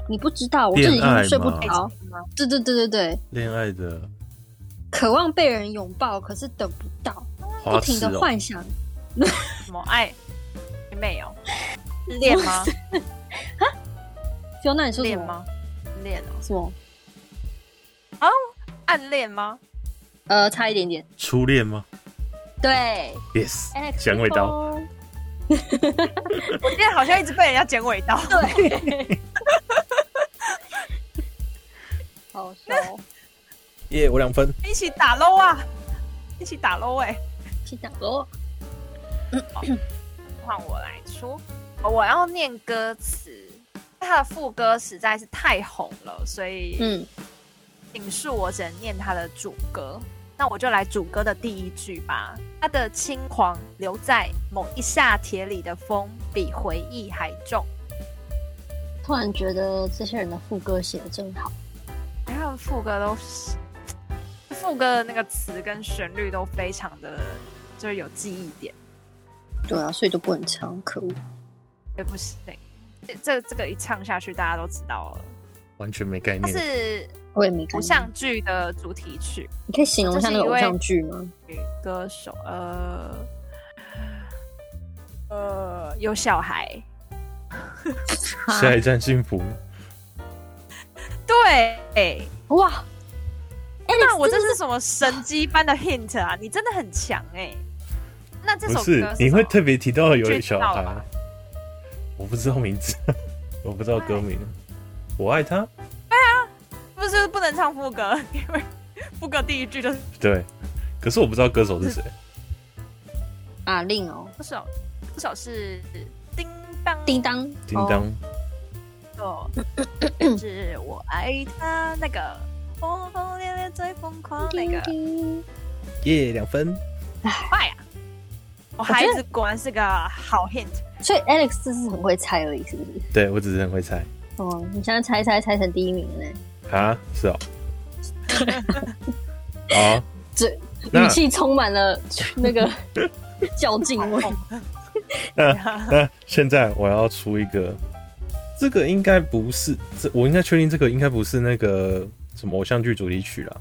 你不知道，我就已恋爱嘛经睡不哎着。对对对对对，恋爱的渴望被人拥抱，可是等不到，不花停痴的哦，幻想。什么爱没 有练吗？就那你说什练么？吗？练哦，什么？暗恋吗？呃，差一点点。初恋吗对？Yes， ，Alex 响尾刀， 哦 Pico。我今天好像一直被人家剪尾刀。好笑哦，耶，我两分，一起打喽啊！一起打喽哎、去打哦。换我来说，哦我要念歌词，它的副歌实在是太红了，所以嗯，引述我只能念它的主歌。那我就来主歌的第一句吧。它的轻狂留在某一夏铁里的风，比回忆还重。突然觉得这些人的副歌写的真好。然后哎副歌都是副歌的那个词跟旋律都非常的，就是有记忆点。对啊，所以就不能唱，可恶。也不行，这这这个一唱下去，大家都知道了。完全没概它念。是我也没看。偶像剧的主题曲，你可以形容一下那个这是一偶位像剧吗？女歌手，呃呃，有小孩， 下一站幸福，对。哇，那我这是什么神机般的 hint 啊？你真的很强哎、那这不首是歌你会特别提到有确点定小到了孩吧，我不知道名字， 我不知道歌名，我爱他，不是就是不能唱副歌，因为 副歌第一句就是对，可是我不知道歌手是谁，阿令哦，这首这首是叮当叮当，叮当哦，哦，是我爱他那个轰轰烈烈最疯狂那个叮耶，两分，快呀！我孩子果然是个好 hint， 所以 Alex 这是很会猜而已，是不是？对我只是很会猜哦，你现在猜猜猜成第一名了呢，啊，是哦，好，这那语气充满了 那个较劲味。 那现在我要出一个，这个应该不是，这我应该确定这个应该不是那个什么偶像剧主题曲啦。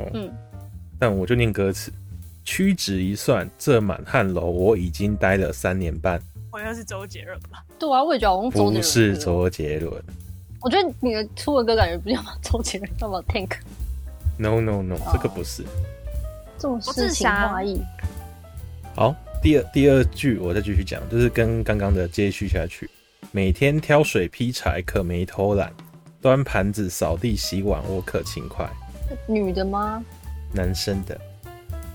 哦、嗯，但我就念歌词：屈指一算，这满汉楼我已经待了三年半，我又是周杰伦吧？对啊，我也觉得好像周杰伦不的是歌，周杰伦。我觉得你的出的歌感觉不像周杰伦， 要么 Tank No no no，、这个不是。这种诗情画意。好，第二第二句我再继续讲，就是跟刚刚的接续下去。每天挑水劈柴，可没偷懒；端盘子、扫地、洗碗，我可勤快。女的吗？男生的嗯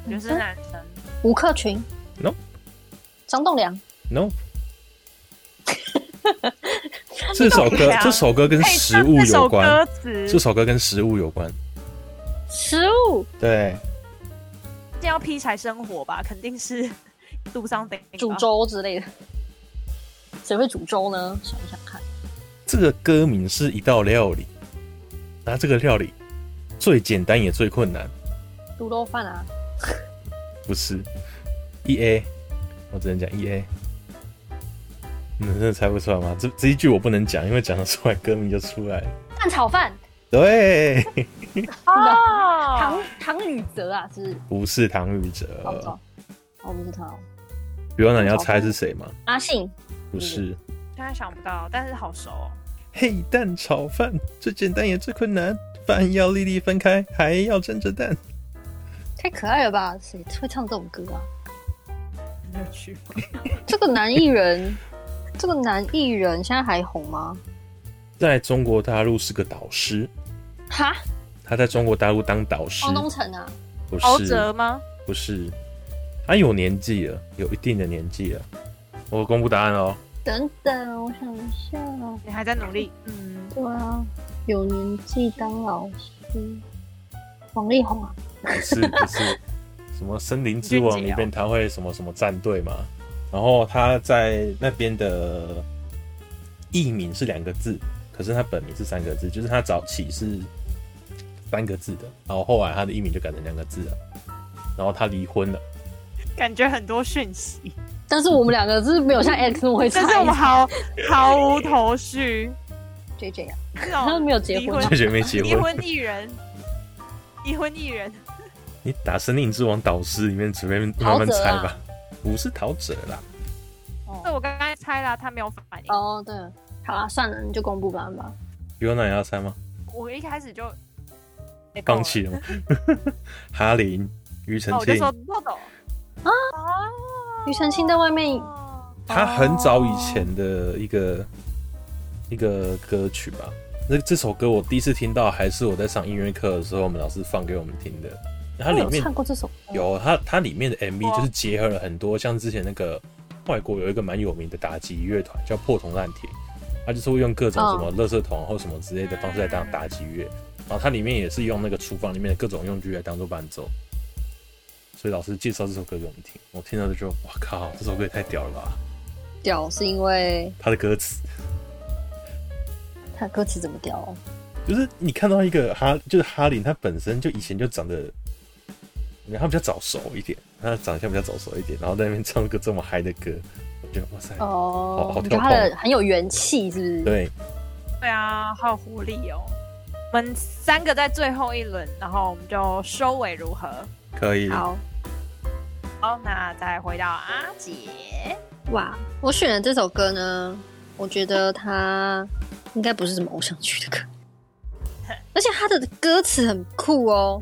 我觉得是男生，吴克群 No 张栋梁， No。这首歌，这首歌跟配食上哎物这有首歌关。这词，首歌跟食物有关。食物对，这要劈柴生活吧？肯定是 do something 吧煮粥之类的，谁会煮粥呢？想一想看，这个歌名是一道料理，那这个料理最简单也最困难，卤肉饭啊，不是？E A，我只能讲 E A。你们真的猜不出来吗？这这一句我不能讲，因为讲得出来歌名就出来了。蛋炒饭，对，哦唐，唐禹哲啊，是不是？ 不是唐禹哲。哦，不知道哦，不知道。比如你要猜是谁吗？阿信，不嗯是。突然想不到，但是好熟哦。嘿，蛋炒饭最简单也最困难，饭要粒粒分开，还要蒸着蛋。太可爱了吧？谁会唱这种歌啊？没有去过，这个男艺人，这个男艺人现在还红吗？在中国大陆是个导师，哈，他在中国大陆当导师汪，东城啊，不哦陶是喆吗？不是，他有年纪了，有一定的年纪了。我公布答案哦，等等，我想一下，你还在努力？嗯，对啊，有年纪当老师，王力宏啊，不是不是，什么森林之王里面他会什么什么战队嘛，然后他在那边的艺名是两个字，可是他本名是三个字，就是他早期是三个字的，然后后来他的艺名就改成两个字了，然后他离婚了，感觉很多讯息，但是我们两个是没有 像 X 那么会唱但是我们毫毫无头绪。 J J 啊，这他们种没有结离婚啊婚就觉得没结离婚。婚艺人，离婚艺人，你打《森林之王》导师里面随便慢慢猜陶喆吧，啊不是陶喆啦，这哦我刚刚猜了，他没有反应。哦对，好啦，算了，你就公布答案吧。尤娜也要猜吗？我一开始就哎够了放弃了吗？ 哈林、庾澄哦，我就庆，说啊豆豆啊庾澄庆在外面哦他很早以前的一个一个歌曲吧。那这首歌我第一次听到，还是我在上音乐课的时候，我们老师放给我们听的。它里有面唱过这首歌，有它，它里面的 MV 哇就是结合了很多像之前那个外国有一个蛮有名的打击乐团叫破铜烂铁，它就是会用各种什么哦垃圾桶或什么之类的方式来当打击乐，然后它里面也是用那个厨房里面的各种用具来当做伴奏。所以老师介绍这首歌给我们听，我听到就觉得哇靠，这首歌也太屌了吧！屌是因为它的歌词他歌词怎么屌哦？就是你看到一个哈，就是哈林，他本身就以前就长得，你看他比较早熟一点，他的长相比较早熟一点，然后在那边唱个这么嗨的歌，我觉得哇塞，好哦好，你跳觉得他的很有元气，是不是？对，对啊，好有活力哦。我们三个在最后一轮，然后我们就收尾如何？可以，好好，那再回到阿杰。哇，我选的这首歌呢，我觉得它应该不是什么偶像剧的歌，而且它的歌词很酷哦，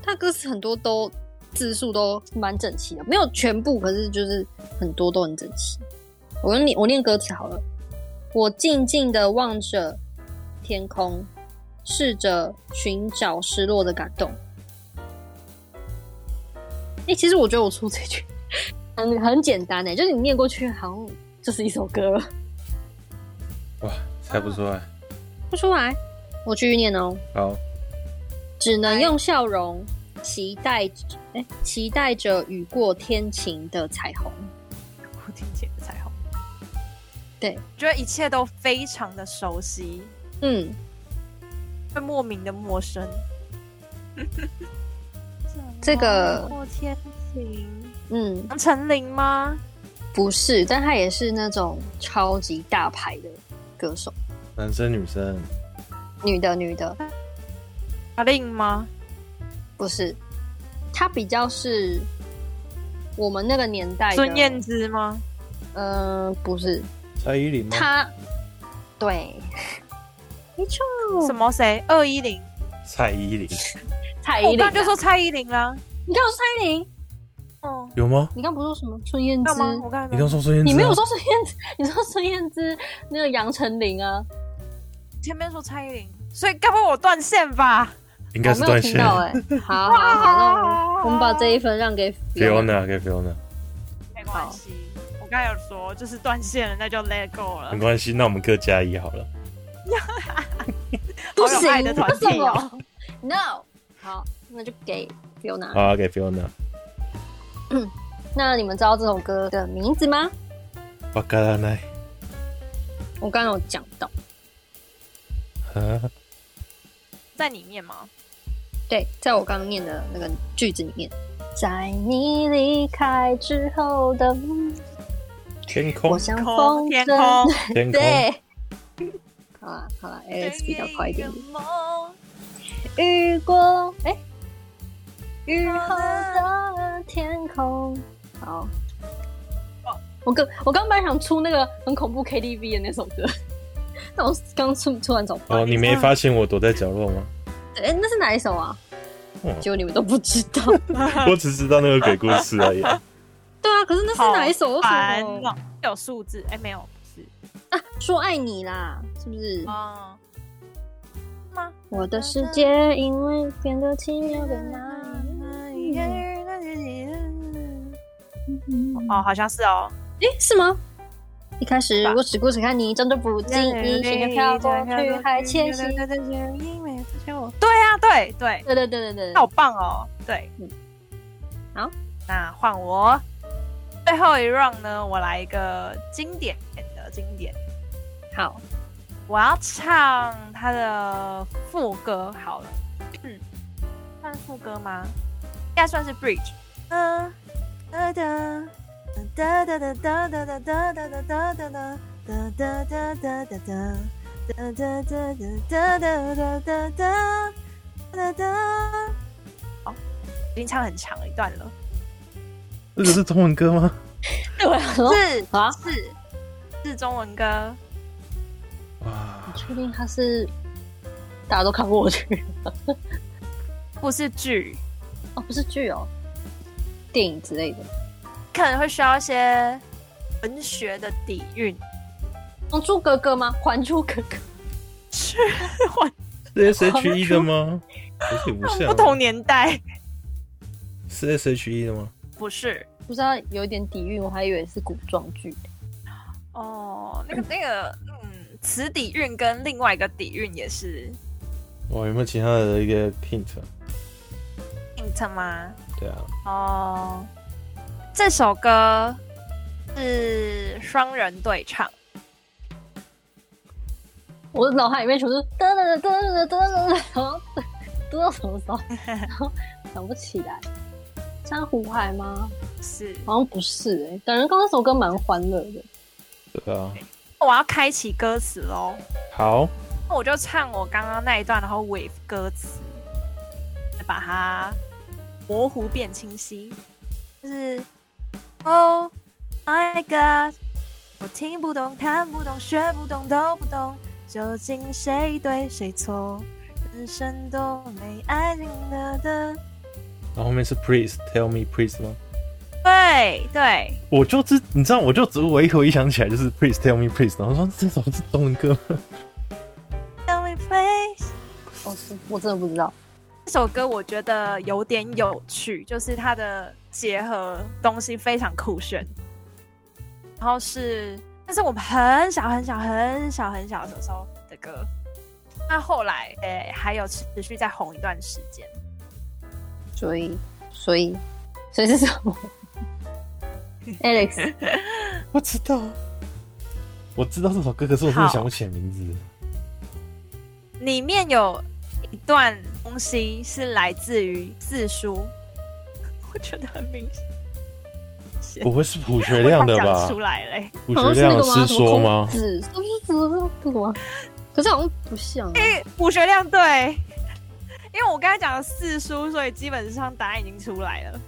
它歌词很多都字数都蛮整齐的，没有全部，可是就是很多都很整齐。我念我念歌词好了，我静静的望着天空，试着寻找失落的感动。哎、其实我觉得我出这句很很简单哎、就是你念过去好像就是一首歌了，哇，猜不出来，不出来。我继续念哦，好，只能用笑容期待，哎、期待着雨过天晴的彩虹。我听见的彩虹，对，觉得一切都非常的熟悉，嗯，会莫名的陌 生。这个过天晴，嗯，杨丞琳吗？不是，但他也是那种超级大牌的歌手，男生女生，女的女的阿令吗？不是，他比较是我们那个年代的孙燕，姿吗？嗯、不是蔡依林吗？他，对，没错，嗯什么谁？二一零？蔡依林蔡哦我依林啊，刚就说蔡依林啦。你看我是蔡依林。哦，有吗？你刚不是说什么孙燕干姿？嘛？我刚才你刚说孙燕姿、啊你没有，说孙燕姿， 你说孙燕姿那个杨丞琳啊？前面说蔡依林，所以该不会我断线吧？应应该是断线听。到哎、好好好，那我们我们把这一分让给 Fiona。 Fiona 给 Fiona，没关系，我刚才有说就是断线了，那就 let go 了没。关系，那我们各加一好了。不好有爱行，的为团体什哦么？No，好，那就给 Fiona。好，给 Fiona。那你们知道这首歌的名字吗？わからない。我刚刚有讲到，啊，在里面吗？对，在我刚刚念的那个句子里面，在你离开之后的梦天我空，像空风天筝，空，天空，对。 好啦好啊啦，Alex 比较快一点。雨过，哎、雨后的天空。好哇，我刚我刚本来想出那个很恐怖 KTV 的那首歌， 但我刚出突然找不到。哦，你没发现我躲在角落吗？哎、那是哪一首啊？哦结果你们都不知 道。 我只知道那个鬼故事而已啊。对啊，可是那是哪一首？为烦什么哦，有数字？哎，没有，不是啊， 说爱你啦，是不是？哦。吗？我的世界因为变得奇妙的那一天。哦，好像是哦。诶，是吗？一开始是吧我只顾着看你，真的不经意，瞬间飘过去，还窃喜。对啊，对对，对对对对对，好棒哦！对，嗯好，那换我最后一 round 呢，我来一个经典的经典，好，我要唱他的副歌好了，嗯，算副歌吗？应该算是 bridge。嗯，哒哒哒哒哒哒哒哒哒哒哒哒哒哒哒哒哒哒哒。哒哒哒哒哒哒哒哒哒哒。哦，已经唱很长一段了。 这个是中文歌吗？对我想说，是好啊，是是中文歌，哇，确定他是大家都看过去不是剧，哦，不是剧哦，电影之类的。可能会需要一些文学的底蕴。 《还珠格格》吗？《还珠格格》是是 S H E 的吗？有点不像啊，不同年代，是 S H E 的吗？不是不知道有一点底蕴，我还以为是古装剧。哦，那个那个，嗯，此底蕴跟另外一个底蕴也是哇，有没有其他的一个 hint？ hint 吗？对啊，哦，这首歌是双人对唱，我的脑海里面全是噔噔噔噔噔噔噔，然后嘟到什么时候，然后想不起来。珊瑚海吗？是好像不是哎、感觉刚刚那首歌蛮欢乐的。对啊，我要开启歌词喽，好，那我就唱我刚刚那一段，然后 with 歌词，再把它模糊变清晰，就是哦 my God，我听不懂、看不懂、学不懂、都不懂，究竟谁对谁错？人生多没爱情的的，然后后面是 Please Tell Me Please 吗？对对，我就知，你知道，我就只我一口一想起来就是 Please Tell Me Please，然后说这首是中文歌吗， Tell me please。哦，是我真的不知道。这首歌我觉得有点有趣，就是它的结合东西非常酷炫。然后是，但是我们很小很小很小很小的时候的歌。那后来，诶、还有持续在红一段时间。所以，所以，所以是什么？Alex， 我知道，我知道这首歌，可是我真的想不起来名 字。里面有一段东西是来自于自书，我觉得很明显。不会是朴学亮的我想吧出？来嘞、朴好学像是那亮个的师吗？什么说孔吗？子？是不是这个吗？可是好像不像。啊补学量对，因为我刚才讲了四书，所以基本上答案已经出来了。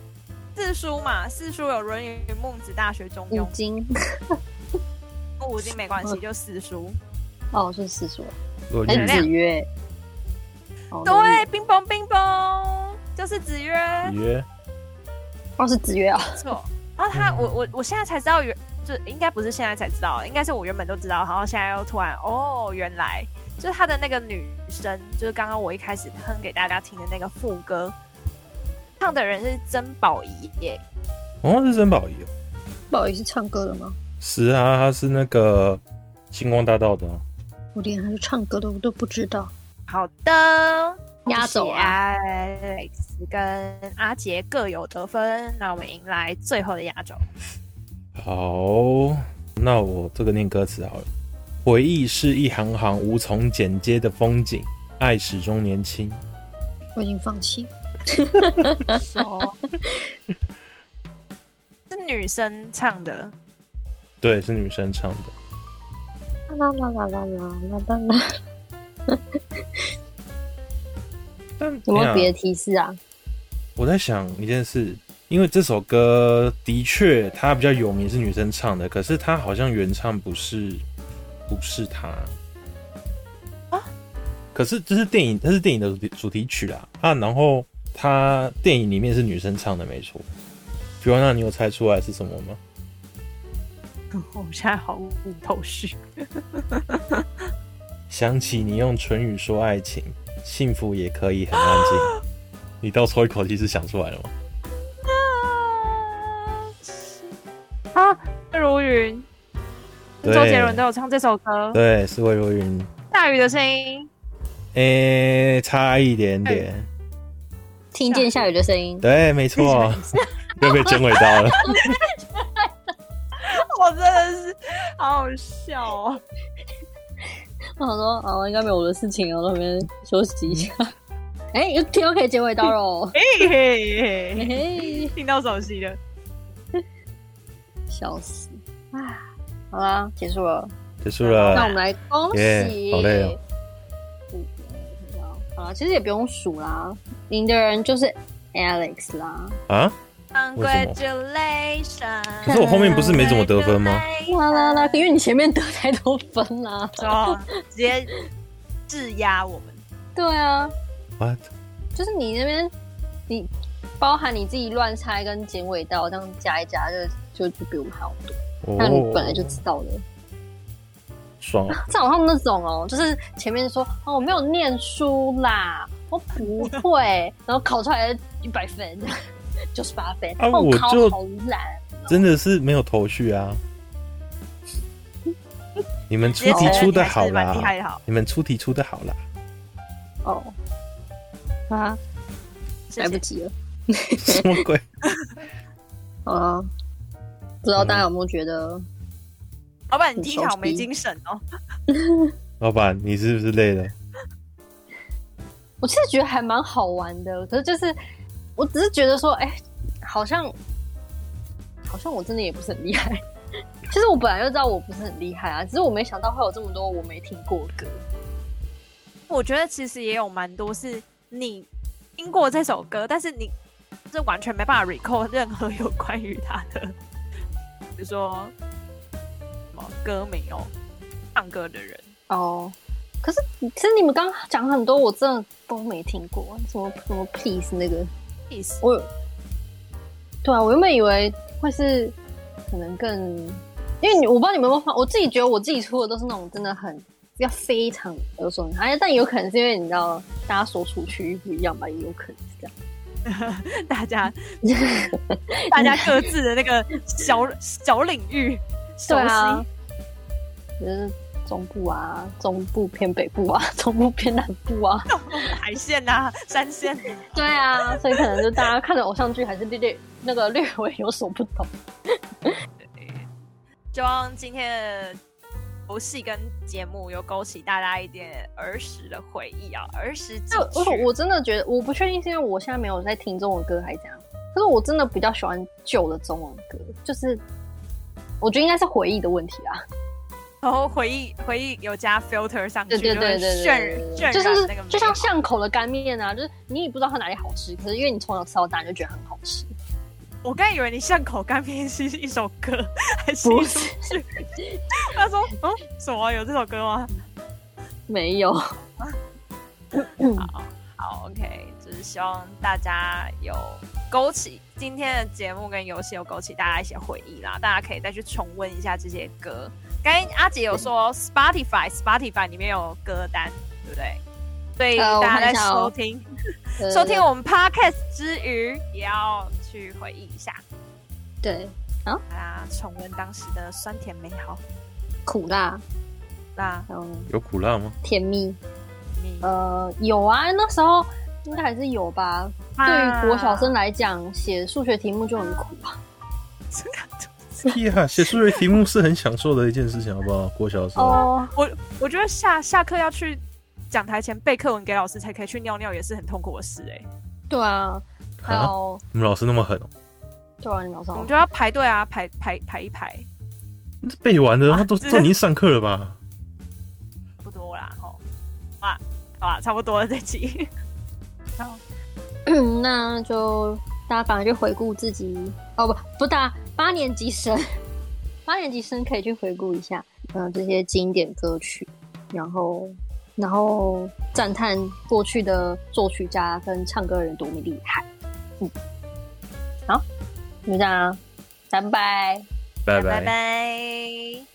四书嘛，四书有《论语》《孟子》《大学》《中庸五经》，跟五经没关系，就四书。哦，是四说，论哎，语亮子曰。哦，对，，冰崩冰崩，就是子曰，约哦，是子曰啊。没错。然后嗯他，我我我现在才知道原，就应该不是现在才知道，应该是我原本就知道，然后现在又突然哦，原来就是他的那个女生，就是刚刚我一开始哼给大家听的那个副歌，唱的人是曾宝仪耶。哦，是曾宝仪哦。不好意思，唱歌了吗？是啊，他是那个星光大道的啊、我连他是唱歌的我都不知道。好的，压轴啊恭喜！Alex 跟阿杰各有得分，那我们迎来最后的压轴。好，那我这个念歌词好了。回忆是一行行无从剪接的风景，爱始终年轻。我已经放弃。 哦，是女生唱的，对，是女生唱的。啦啦啦啦啦啦啦啦！但哎有没等有一下别的提示啊？我在想一件事，因为这首歌的确它比较有名是女生唱的，可是它好像原唱不是不是她啊。可是这是电影，这是电影的主题主题曲啦啊。然后它电影里面是女生唱的，没错。比方那你有猜出来是什么吗？我现在毫无头绪。想起你用唇语说爱情，幸福也可以很安静。你倒抽一口气是想出来了吗？啊，魏如云，对周杰伦都有唱这首歌，《对，是魏如云。下雨的声音》。诶、差一点点。听见下雨的声音，对，没 错，又被卷尾刀了。 我真的是好好笑哦！，我想说哦，应该没有我的事情哦，我那边休息一下。嗯 哎、又听到可以结尾刀喽 嘿嘿嘿 嘿，嘿，听到熟悉的，笑死啊！好啦，结束了，结束了。那我们来恭喜。耶好累哦嗯好啦，其实也不用数啦，赢的人就是 Alex 啦。啊？ Congratulations！可是我后面不是没怎么得分吗？啦啦啦，因为你前面得太多分啦。就直接质押我们。对啊， What？就是你那边，你包含你自己乱猜跟剪尾刀这样加一加就，就就比我们还要多。那你本来就知道的。哦爽哦，像我他们那种哦，就是前面说哦我没有念书啦，我不 会，然后考出来一百分， 九十八分，啊哦我考就好烂，真的是没有头绪 啊。你们出题出的好你还是蛮厉害的啦好，你们出题出的好啦， 哦，啊，谢来不谢。及了，什么鬼？好了，不知道大家有没有觉得老板，你踢好没精神哦。老板，你是不是累了？我其实觉得还蛮好玩的，可是就是我只是觉得说，哎、好像好像我真的也不是很厉害。 其实我本来就知道我不是很厉害啊，只是我没想到会有这么多我没听过的歌。我觉得其实也有蛮多是你听过这首歌，但是你这完全没办法 recall 任何有关于它的，比如说什么歌名哦，唱歌的人。哦，可是其实你们刚刚讲很多我真的都没听过，什么什么 please 那个，意思我对啊，我原本以为会是可能更，因为你我不知道你们有没有发，我自己觉得我自己出的都是那种真的很要非常有所能，哎，但有可能是因为你知道大家所处区域不一样吧，也有可能是这样。 大家大家各自的那个小小领域熟对悉，啊，就是中部啊，中部偏北部啊， 中部偏南部啊， 海线啊、山线啊、对啊，所以可能就大家看的偶像剧还是略略那个略微有所不同。希望今天的游戏跟节目有勾起大家一点儿时的回忆啊，儿时记那我忆。我真的觉得，我不确定是因为我现在没有在听中文歌还是怎样，可是我真的比较喜欢旧的中文歌，就是我觉得应该是回忆的问题啦。然后回忆回忆有加 filter 上去，对对对就对是对，渲对渲就染是那个美好，就像巷口的干面啊，就是你也不知道它哪里好吃，可是因为你从小吃到大，你就觉得很好吃。我刚以为你巷口干面是一首歌，还是不一出剧？他说嗯什么有这首歌吗？没有，好，OK，就是希望大家有勾起今天的节目跟游戏有勾起大家一些回忆啦，大家可以再去重温一下这些歌。刚才阿姐有说 Spotify Spotify 里面有歌单，对不对？所以呃我大家在看一下哦收听、呃收听我们 Podcast 之余，也要去回忆一下，对大家重温当时的酸甜美好。苦辣，那嗯，有苦辣吗？甜蜜，你呃，有啊，那时候应该还是有吧。对啊于国小生来讲，写数学题目就很苦啊。 呀，啊写数学题目是很享受的一件事情，好不好？郭小时候，哦，我我觉得下下课要去讲台前背课文给老师，才可以去尿尿，也是很痛苦的事哎、对啊，还啊有你们老师那么狠哦。对啊，你老师我好们就要排队啊，排排排一排。背完了，他都这都已经上课了吧？不多啦，吼，哇，好啦，差不多了这期。好， 那就大家赶快去回顾自己哦，不不大，八年级生，八年级生可以去回顾一下，嗯、这些经典歌曲，然后然后赞叹过去的作曲家跟唱歌人多么厉害。嗯，好，就这样啊，拜拜。拜拜拜